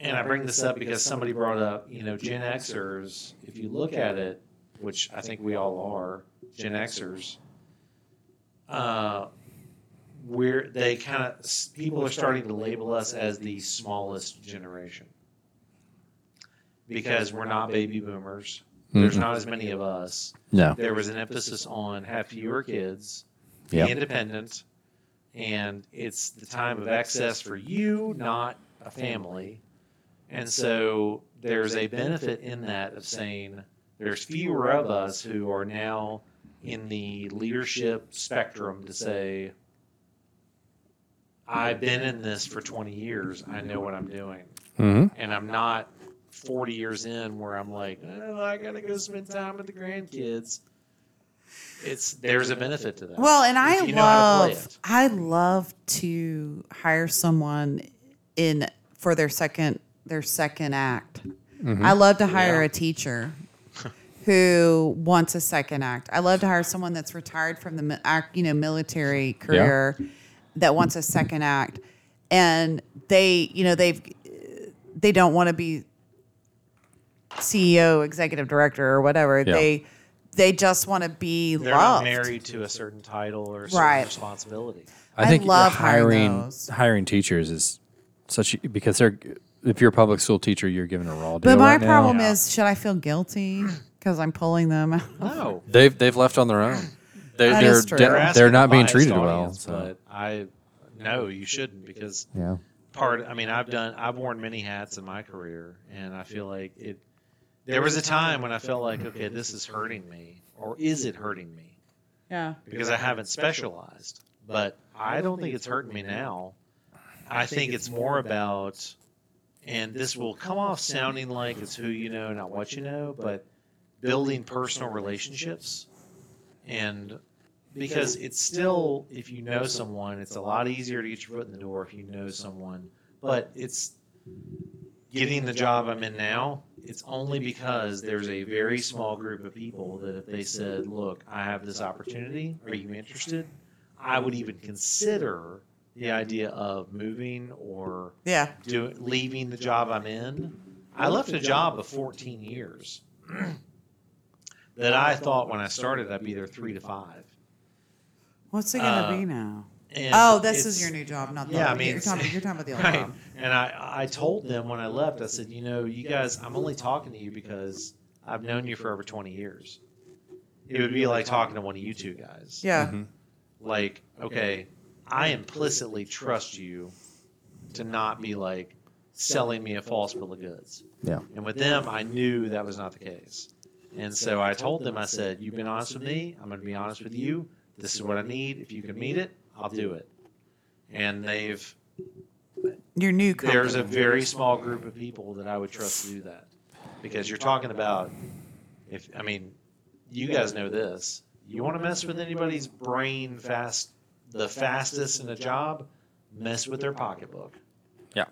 And I bring this up because somebody brought up, you know, Gen Xers. If you look at it, which I think we all are, Gen Xers. Uh, we're they kind of people are starting to label us as the smallest generation because we're not baby boomers. There's Mhm. not as many of us No. there was an emphasis on have fewer kids, be Yep. independent, and it's the time of excess for you, not a family. And so there's a benefit in that of saying there's fewer of us who are now in the leadership spectrum to say, I've been in this for 20 years, I know what I'm doing Mm-hmm. and I'm not 40 years in where I'm like, oh, I gotta go spend time with the grandkids. It's there's a benefit to that. Well, and If I you know how to play love it. I love to hire someone in for their second their second act. I love to hire Yeah. a teacher who wants a second act. I love to hire someone that's retired from the mi- ac- you know military career that wants a second act, and they you know they've they don't want to be CEO, executive director, or whatever. Yeah. They they just want to be They're not loved. married to a certain title or a certain Right. responsibility. I I think love hiring hiring those. hiring teachers is such because they're if you're a public school teacher, you're given a raw deal. But my right now. problem Yeah. is, should I feel guilty because I'm pulling them? out? No, They've they've left on their own. They're That they're, is true. They're de- they're not being treated well. So But I no, you shouldn't because yeah, part. I mean, I've done. I've worn many hats in my career, and I feel like it. There was a time when I felt like, okay, this is hurting me, or is it hurting me? Yeah. because I haven't specialized. But I don't think it's hurting me now. I think it's more about, and this will come off sounding like it's who you know, not what you know, but building personal relationships. And because it's still, if you know someone, it's a lot easier to get your foot in the door if you know someone. But it's getting the job I'm in now, it's only because there's a very small group of people that if they said, "Look, I have this opportunity. Are you interested?" I would even consider the idea of moving or Yeah. do, leaving the job I'm in. I left a job of 14 years that I thought when I started I'd be there three to five. What's it gonna Uh, be now? And Oh, this it's- is your new job, not the yeah, I old. mean, you're, talking, you're talking about the old right. job. And I, I told them when I left, I said, you know, you guys, I'm only talking to you because I've known you for over 20 years. It would be like talking to one of you two guys. Yeah. Like, okay, I implicitly trust you to not be like selling me a false bill of goods. yeah. And with them, I knew that was not the case. And so I told them, I said, You've been honest with me. I'm going to be honest with you. This is what I need. If you can meet it, I'll do it. And they've, Your new company. there's a very small group of people that I would trust to do that. Because you're talking about, if, I mean, you guys know this. You want to mess with anybody's brain fast, the fastest in a job, mess with their pocketbook. Yeah.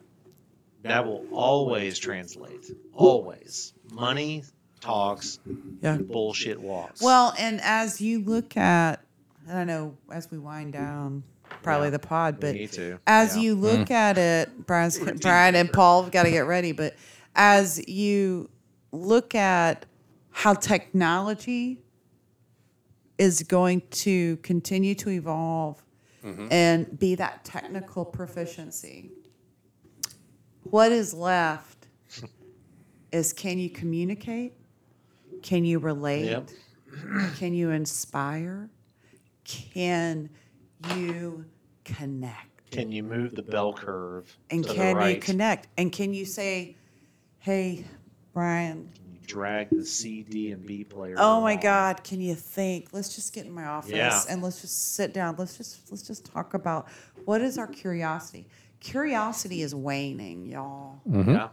That will always translate. Always. Money talks, Yeah. bullshit walks. Well, and and as you look at I don't know, as we wind down probably Yeah. the pod, but need to. as Yeah. you look at it, Brian's, Brian and Paul have got to get ready, but as you look at how technology is going to continue to evolve Mm-hmm. and be that technical proficiency. What is left is can you communicate? Can you relate? Yep. Can you inspire? Can you connect? Can you move the bell curve And to the can right? you connect? And can you say, hey, Brian, Can you drag the C, D, and B player? oh my along? God, can you think? Let's just get in my office Yeah. and let's just sit down. Let's just let's just talk about what is our curiosity? Curiosity is waning, y'all. Mm-hmm. Yeah.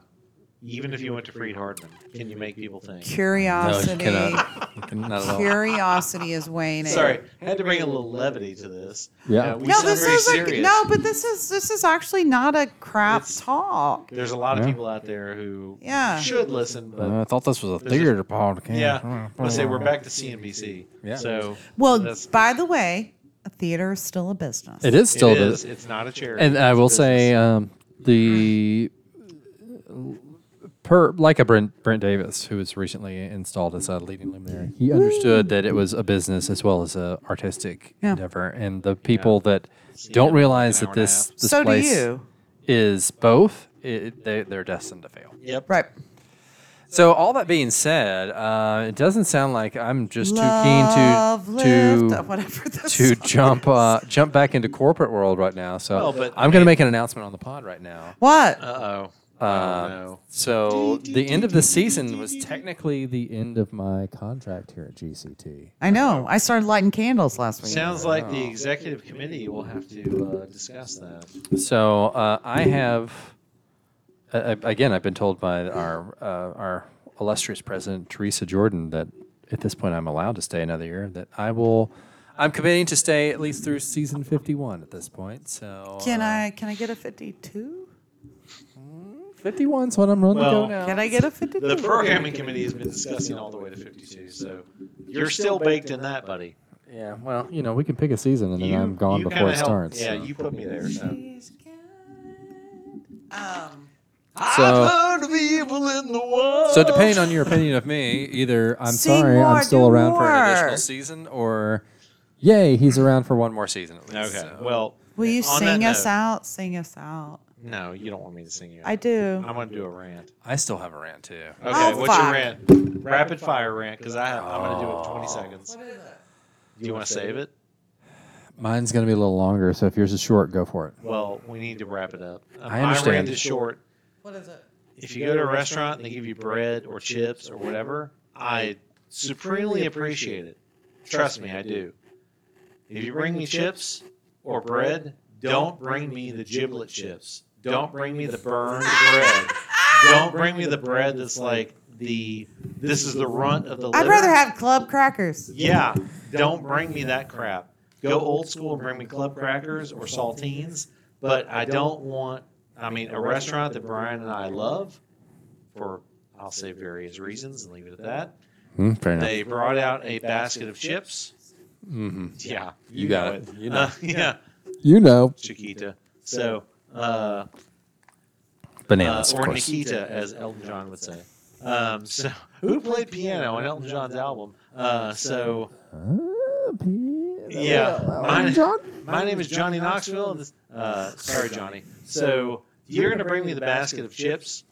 Even if you went to Fried Hardman, can you make people think? Curiosity. cannot. You cannot at all. Curiosity is waning. Sorry, I had to bring a little levity to this. Yeah. Uh, we No, sound this very is like, serious. no, but this is this is actually not a crap It's- talk. There's a lot of Yeah. people out there who Yeah. should listen, but Uh, I thought this was a This is- theater podcast. yeah, let's say we're back to CNBC. Yeah. So Well, that's- by the way, a theater is still a business. It is still it the- is. It's not a charity. And I It's a will say business. um, the per like a Brent Brent Davis who was recently installed as a leading luminary. He understood that it was a business as well as a artistic Yeah. endeavor, and the people that it don't in realize an that hour and a this half. this So do place you. is both. It, they they're destined to fail. Yep. Right. So all that being said, uh, it doesn't sound like I'm just Love too keen to lift, to whatever to the song jump uh, jump back into corporate world right now. So Well, but I'm going I- to make an announcement on the pod right now. What? Uh oh. Uh, no. So the end of the season was technically the end of my contract here at GCT. I know. I started lighting candles last week. Sounds like the executive committee will have to uh, discuss that. So uh, I have, uh, again, I've been told by our uh, our illustrious president Teresa Jordan that at this point I'm allowed to stay another year. That I will. I'm committing to stay at least through season 51 at this point. So Can uh, I can I get a 52? 51's uh, what I'm running to go Well, now. Can I get a 52? The programming committee has been discussing all the way to 52, so you're still baked in that, buddy. Yeah, well, you know, we can pick a season and then You- I'm gone you before kinda it helped- starts. Yeah, so. you put me there. So. She's good. Um, so, I've heard of evil in the world. so depending on your opinion of me, either I'm Sing sorry, more, I'm still do around for an more. additional season, or yay, he's around for one more season at least. Okay. so. Well, will you on that sing us note- out? Sing us out. No, you don't want me to sing you. I do. I'm gonna do a rant. I still have a rant too. Okay, Oh, what's fuck. your rant? Rapid fire rant, because I I'm gonna do it in 20 seconds. Do you want to save it? Mine's going to be a little longer, so if yours is short, go for it. Well, we need to wrap it up. Um, I My understand. rant is short. What is it? If you go to a restaurant and they give you bread or chips or whatever, I supremely appreciate it. Trust me, I do. If you bring me chips or bread, don't bring me the giblet chips. Don't bring me the burned bread. Don't bring me the bread that's like the this is the runt of the. I'd liver. rather have club crackers. Yeah, don't bring me that crap. Go old school and bring me club crackers or saltines, but I don't want. I mean, a restaurant that Brian and I love, for I'll say various reasons and leave it at that. Hmm, fair enough. They brought out a basket of chips. Mhm. Yeah, You got know it. You know. Uh, yeah, You know. Chiquita. So, uh, uh, Bananas, or of course. Nikita, as Elton John would say. Um, so, who played piano on Elton John's album? Uh, so, Uh, yeah, mine- My name is Johnny Knoxville. And this, uh, sorry, Johnny. So you're going to bring me the basket of chips.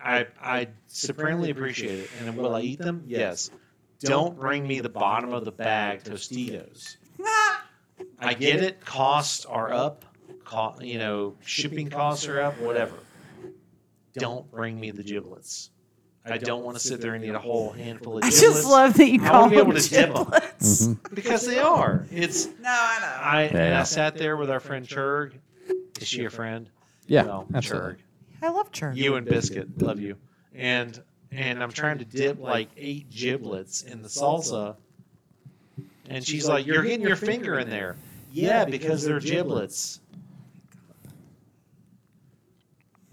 I I supremely appreciate it. And will I eat them? Yes. Don't bring me the bottom of the bag Tostitos. I get it. Costs are up. Co- you know, shipping costs are up. Whatever. Don't bring me the giblets. I don't want to sit there and eat a whole handful of I giblets. just love that you I call wanna be them able to dip 'em. giblets. because they are. It's No, I I and I Yeah. sat there with our friend Churg. Is she a friend? Yeah, No, absolutely. Churg. know. I love church. You and Biscuit, love you. And and I'm trying to dip like eight giblets in the salsa. And she's like, "You're getting your finger in there." Yeah, because they're giblets.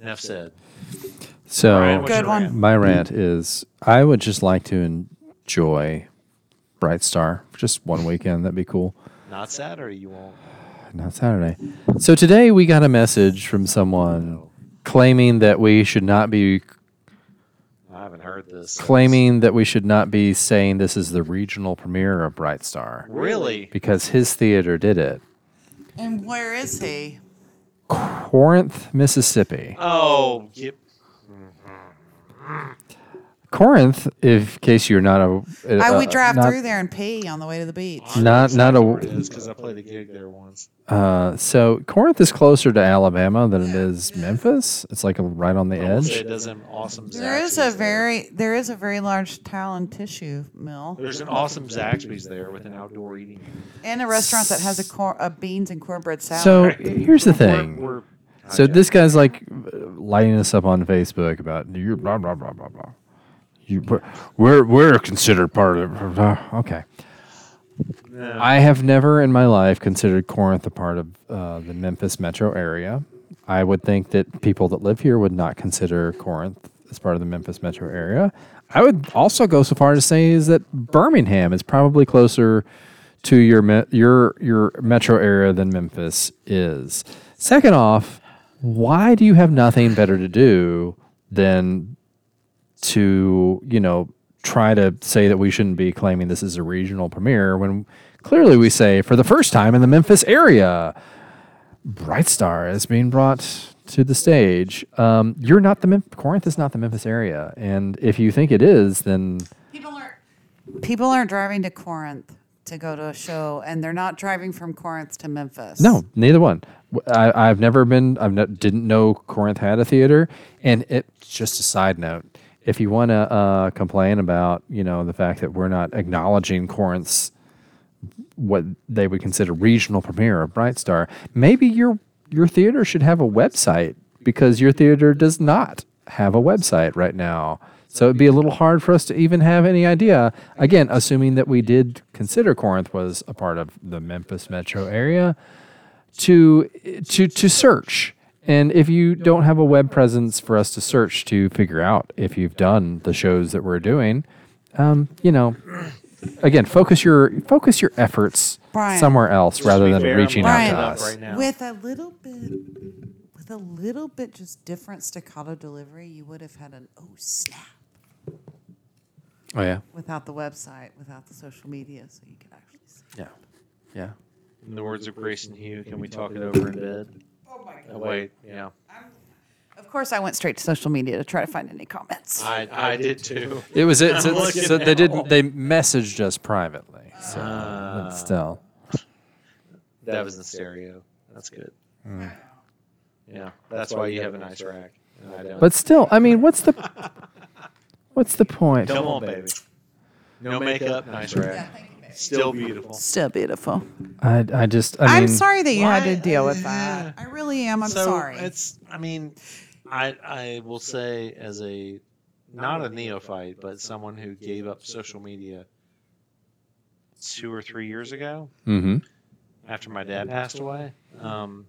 Enough said. So, Brian, what's Good your one. rant? My rant is I would just like to enjoy Bright Star for just one weekend. That'd be cool. Not Saturday, you won't. Not Saturday. So today we got a message from someone claiming that we should not be I haven't heard this. claiming that we should not be saying this is the regional premiere of Bright Star Really? because his theater did it. And where is he? Corinth, Mississippi. Oh, yep. Corinth, if in case you're not a, I uh, would drive not, through there and pee on the way to the beach. Not not It a is because I played a gig there once. uh, so Corinth is closer to Alabama than it is Memphis. It's like right on the I will say edge. It does an awesome. There is a Zaxby's there. very there is a very large towel and tissue mill There's an awesome Zaxby's there with an outdoor eating. and a restaurant that has a, cor- a beans and cornbread salad. So here's the thing. We're, we're So this guy's like lighting us up on Facebook about you blah blah blah blah blah. You, we're- we're we're considered part of uh, okay. I have never in my life considered Corinth a part of uh, the Memphis metro area. I would think that people that live here would not consider Corinth as part of the Memphis metro area. I would also go so far to say is that Birmingham is probably closer to your me- your your metro area than Memphis is. Second off, why do you have nothing better to do than to you know try to say that we shouldn't be claiming this is a regional premiere when clearly we say for the first time in the Memphis area, Bright Star is being brought to the stage. Um, you're not the Mem- Corinth is not the Memphis area, and if you think it is, then People are people aren't driving to Corinth to go to a show, and they're not driving from Corinth to Memphis. No, neither one. W- I, have never been. I've not, didn't know Corinth had a theater. And it just a side note. If you want to uh, complain about you know the fact that we're not acknowledging Corinth's what they would consider regional premiere of Bright Star, maybe your your theater should have a website because your theater does not have a website right now. So it'd be a little hard for us to even have any idea. Again, assuming that we did consider Corinth was a part of the Memphis metro area, to to to search. And if you don't have a web presence for us to search to figure out if you've done the shows that we're doing, um, you know, again, focus your focus your efforts Brian. somewhere else rather than reaching out Brian. to Brian. us. Right now. With a little bit, with a little bit just different staccato delivery, you would have had an oh snap Oh yeah, without the website, without the social media, so you could actually see. yeah, yeah. In the words of Grayson Hugh, can we talk it over in bed? Oh my god! Oh, wait, yeah. Of course, I went straight to social media to try to find any comments. I, I did too. It was it. So, looking so they at didn't. They messaged us privately. So but still, That was in stereo. That's good. Mm. Yeah, that's why you have a nice rack. and I don't. but still, I mean, what's the what's the point? Come on, baby. No makeup, nice rack. Still beautiful. Still beautiful. I I just. I I'm mean, sorry that you had Why- to deal with that. I really am. I'm so sorry. It's. I mean, I I will say as a not a neophyte, but someone who gave up social media two or three years ago Mm-hmm. after my dad passed away. Um,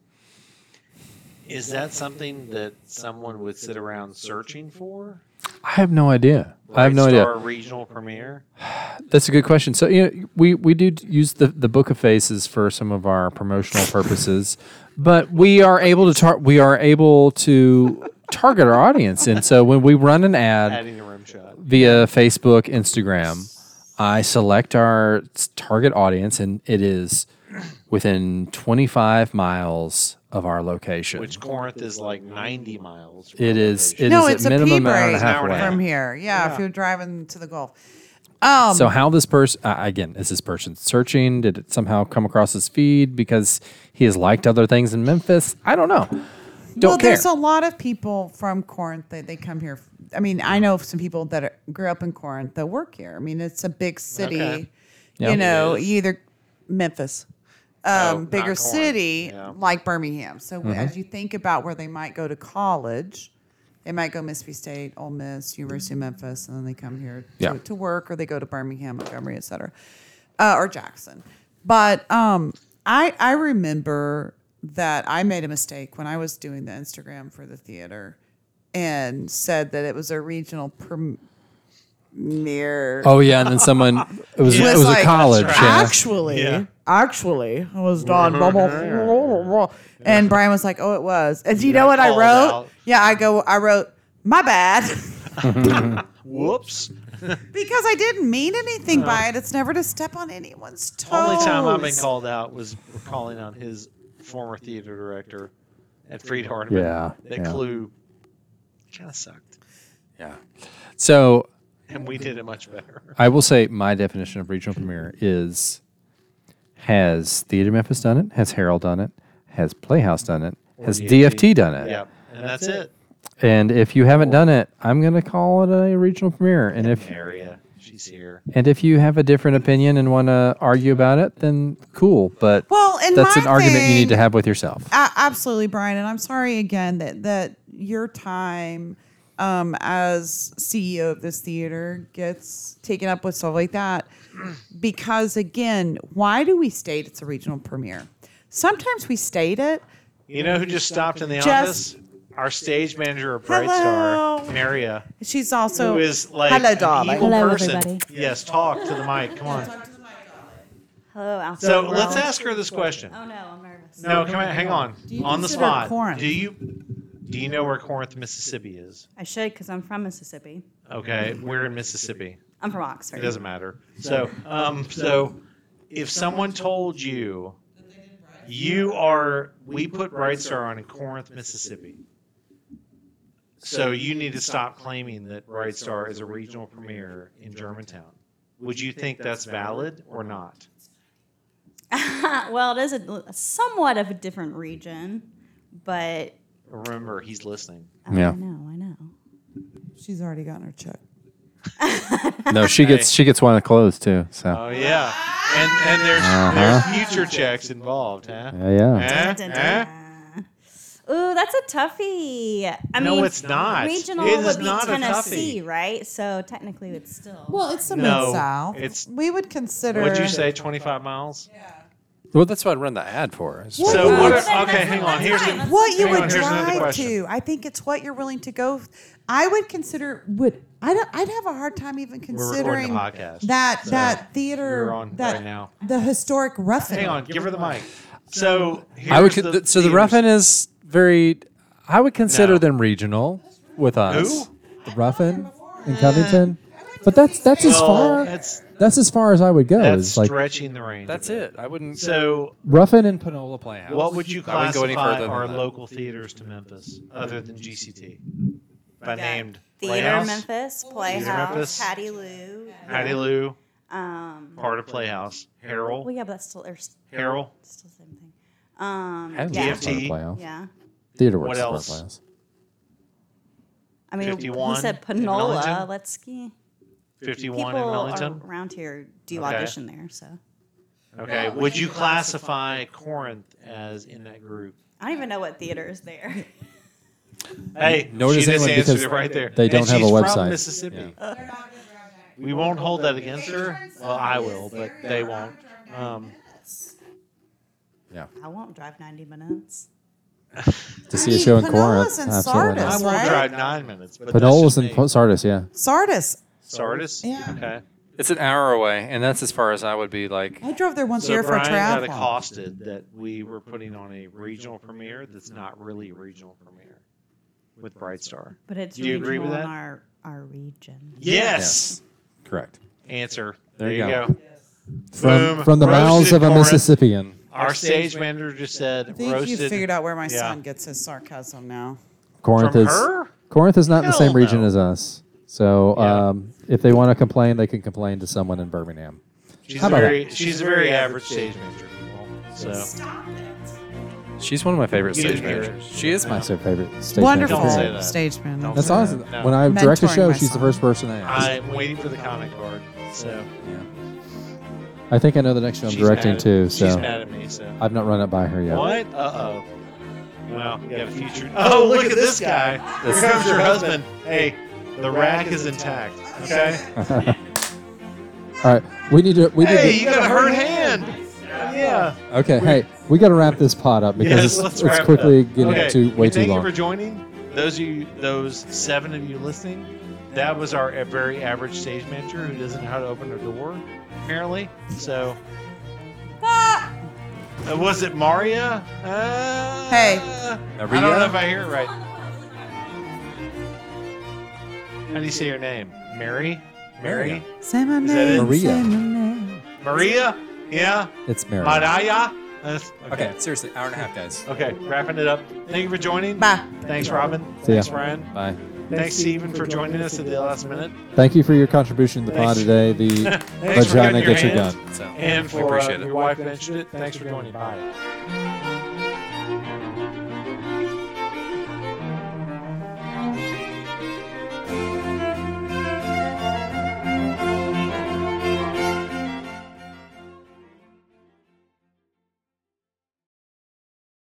is that something that someone would sit around searching for? I have no idea. I have no idea. Star regional premiere. That's a good question. So you know, we we do t- use the the book of faces for some of our promotional purposes, but we are able to tar- we are able to target our audience, and so when we run an ad Adding a rim shot. via Facebook, Instagram, I select our s- target audience, and it is within 25 miles of our location. Which Corinth is like 90 miles. from it our is location. it is no, at it's a pee minimum break an hour and a half An hour and a away. half. from here. Yeah, if you're driving to the Gulf. Um, So how this person uh, again is this person searching? Did it somehow come across his feed because he has liked other things in Memphis? I don't know. Don't well, care. there's a lot of people from Corinth that they come here. I mean, I know some people that are, grew up in Corinth that work here. I mean, it's a big city. Okay. Yeah. You know, It is. you either Memphis, Oh, um, not bigger Corinth. city Yeah. like Birmingham. So Mm-hmm. as you think about where they might go to college, they might go Mississippi State, Ole Miss, University of Memphis, and then they come here to, Yeah. to work or they go to Birmingham, Montgomery, et cetera, uh, or Jackson. But um, I, I remember that I made a mistake when I was doing the Instagram for the theater and said that it was a regional premiere. oh yeah, and then someone it was it Was was like, a college. Yeah. Actually, Yeah. Mm-hmm. actually, I was Don Bubble. And Brian was like, "Oh, it was." And you know got what I called wrote? out. Yeah, I go. I wrote, "My bad." Whoops. Because I didn't mean anything by it. It's never to step on anyone's toes. Uh-huh. Only time I've been called out was calling on his former theater director at Fried Hardeman. Yeah, That yeah. clue kind of sucked. Yeah. So And we did it much better. I will say my definition of regional premiere is has Theater Memphis done it? Has Harold done it? Has Playhouse done it? Has DFT. DFT done it? E Yeah. And that's, it. And if you haven't done it, I'm going to call it a regional premiere. And if Area. She's here. and if you have a different opinion and want to argue about it, then cool. But Well, and that's my an argument you thing- need to have with yourself. A- absolutely, Brian. And I'm sorry again that that your time um, as CEO of this theater gets taken up with stuff like that. Because again, why do we state it's a regional premiere? Sometimes we state it. You know who just stopped in the Just- office? Our stage manager of Bright Hello. Star, Maria, She's also who is like hello, an darling. evil Hello, person. everybody. Yes, talk to the mic. Come on. Hello, Alfred. So World. let's ask her this question. Oh no, I'm nervous. No, come on, hang on. you On the consider spot. Corinth? Do you do you know where Corinth, Mississippi is? I should because I'm from Mississippi. Okay, we're in Mississippi. I'm from It Oxford. doesn't matter. So, um, so if someone told you you are, we put Bright Star on in Corinth, Mississippi. So you need to stop claiming that Bright Star is a regional premiere in Germantown. Would you think that's valid or not? well, it is a, somewhat of a different region, but Remember, he's listening. oh, Yeah. I know, I know. She's already gotten her check. No, she gets she gets one closed too. So Oh yeah, and and there's there's future checks involved, huh? yeah, yeah. Huh? Dun, dun, Huh? dun. Ooh, that's a toughie. I No, mean, it's not. Regional It is would be not a Tennessee, toughie. right? So technically, it's still. Well, it's the No, mid south. it's- we would consider. Would you say 25 miles? Well, that's why I run the ad for. So what? Well, then Are, okay, that's- hang on. that's Here's fine. the, what you Hang on, would here's another drive question. to. I think it's what you're willing to go. I would consider would I don't, I'd have a hard time even recording considering a podcast, that so that theater you're on that right now. the historic Ruffin. Hang on, give her the mic. So I would here's con- so the theaters. Ruffin is very. I would consider No. them regional with us. Who? The Ruffin in Covington. But that's that's as Well, far That's that's as far as I would go. that's Is like stretching the range. That's a bit. it. I wouldn't. So Ruffin and Panola. Panola Playhouse. what would you I wouldn't classify go any further than our that. local theaters to Memphis other than GCT? If I Got named Theater Playhouse, Memphis, Playhouse, Memphis. Patty Lou. Hattie Lou, Um, part of Playhouse, Harold, well, yeah, but that's still there's Harold, still the same thing. Um, Hattie yeah, Lou's DFT. Panola Playhouse. yeah. Theater What works. Panola else? Playhouse. I mean, 51 he said in Millington? Panola. Let's ski. 51 People in are Millington. around here do Okay. audition there, so Okay, would you classify Corinth as in that group? I don't even know what theater is there. Hey, nor she does just anyone answered because it right there. they don't And have a she's from website. Mississippi. We won't hold that against her. Well, I will, but they won't. Um, I won't drive 90 minutes. To I see a mean, show in Panola's Corinth. in Absolutely. I Sardis. not. won't right. drive nine minutes. But that's Panola's just in me. Po- Sardis. Yeah. Sardis. Sardis. Yeah. Okay. It's an hour away, and that's as far as I would be like. I drove there once a So year for Brian a got triathlon. accosted that we were putting on a regional premiere that's not really a regional premiere with Bright Star. But it's Do you agree with regional in that? our our region. Yes. Correct. Answer. There you go. From Boom. from the mouths Roasted of a Corinth. Mississippian. Our stage manager just said I think roasted. you figured out where my Yeah. son gets his sarcasm now. Corinth From is her? Corinth is not in the Hell same region no. as us. So Yeah. um, if they want to complain, they can complain to someone in Birmingham. She's How a about very she's a very average stage manager. So She's one of my favorite You stage didn't hear managers. it. She is my. That's their favorite stage Wonderful Don't manager. say that. stageman. Don't That's say honestly that. No. when I direct a Mentoring show, my she's the son. first person I ask. I'm waiting for the comment card. So I think I know the next show I'm she's directing mad at- too. She's So mad at me. So I've not run it by her yet. what? Uh oh. Wow, you got a future. Oh, look at this guy. Here comes your husband. Hey, the rack is intact. Okay. All right, we need to. We need Hey, you to. got a hurt hand. Yeah. Okay, hey, we got to wrap this pot up because Yes, it's, let's it's wrap it quickly up. getting Okay, too way too Thank you long. for joining. Those of you, those seven of you listening, that was our a very average stage manager who doesn't know how to open a door, apparently. So. Uh, was it Maria? Uh, Hey. I don't know if I hear it right. How do you say your name? Mary? Mary? Say my that name. it? Maria. Say my name. Maria? Yeah? It's Mary. Mariah? That's- Okay, seriously, hour and a half, guys. Okay, wrapping it up. Thank you for joining. Bye. Thanks, Robin. See ya. Thanks, Ryan. Bye. Thanks, Stephen, for joining us at the last minute. Thank you for your contribution to the pod Thanks. today. The Thanks for vagina getting your gets your hands. gun. So And we for uh, appreciate it. your wife mentioned it. Thanks for joining. Bye.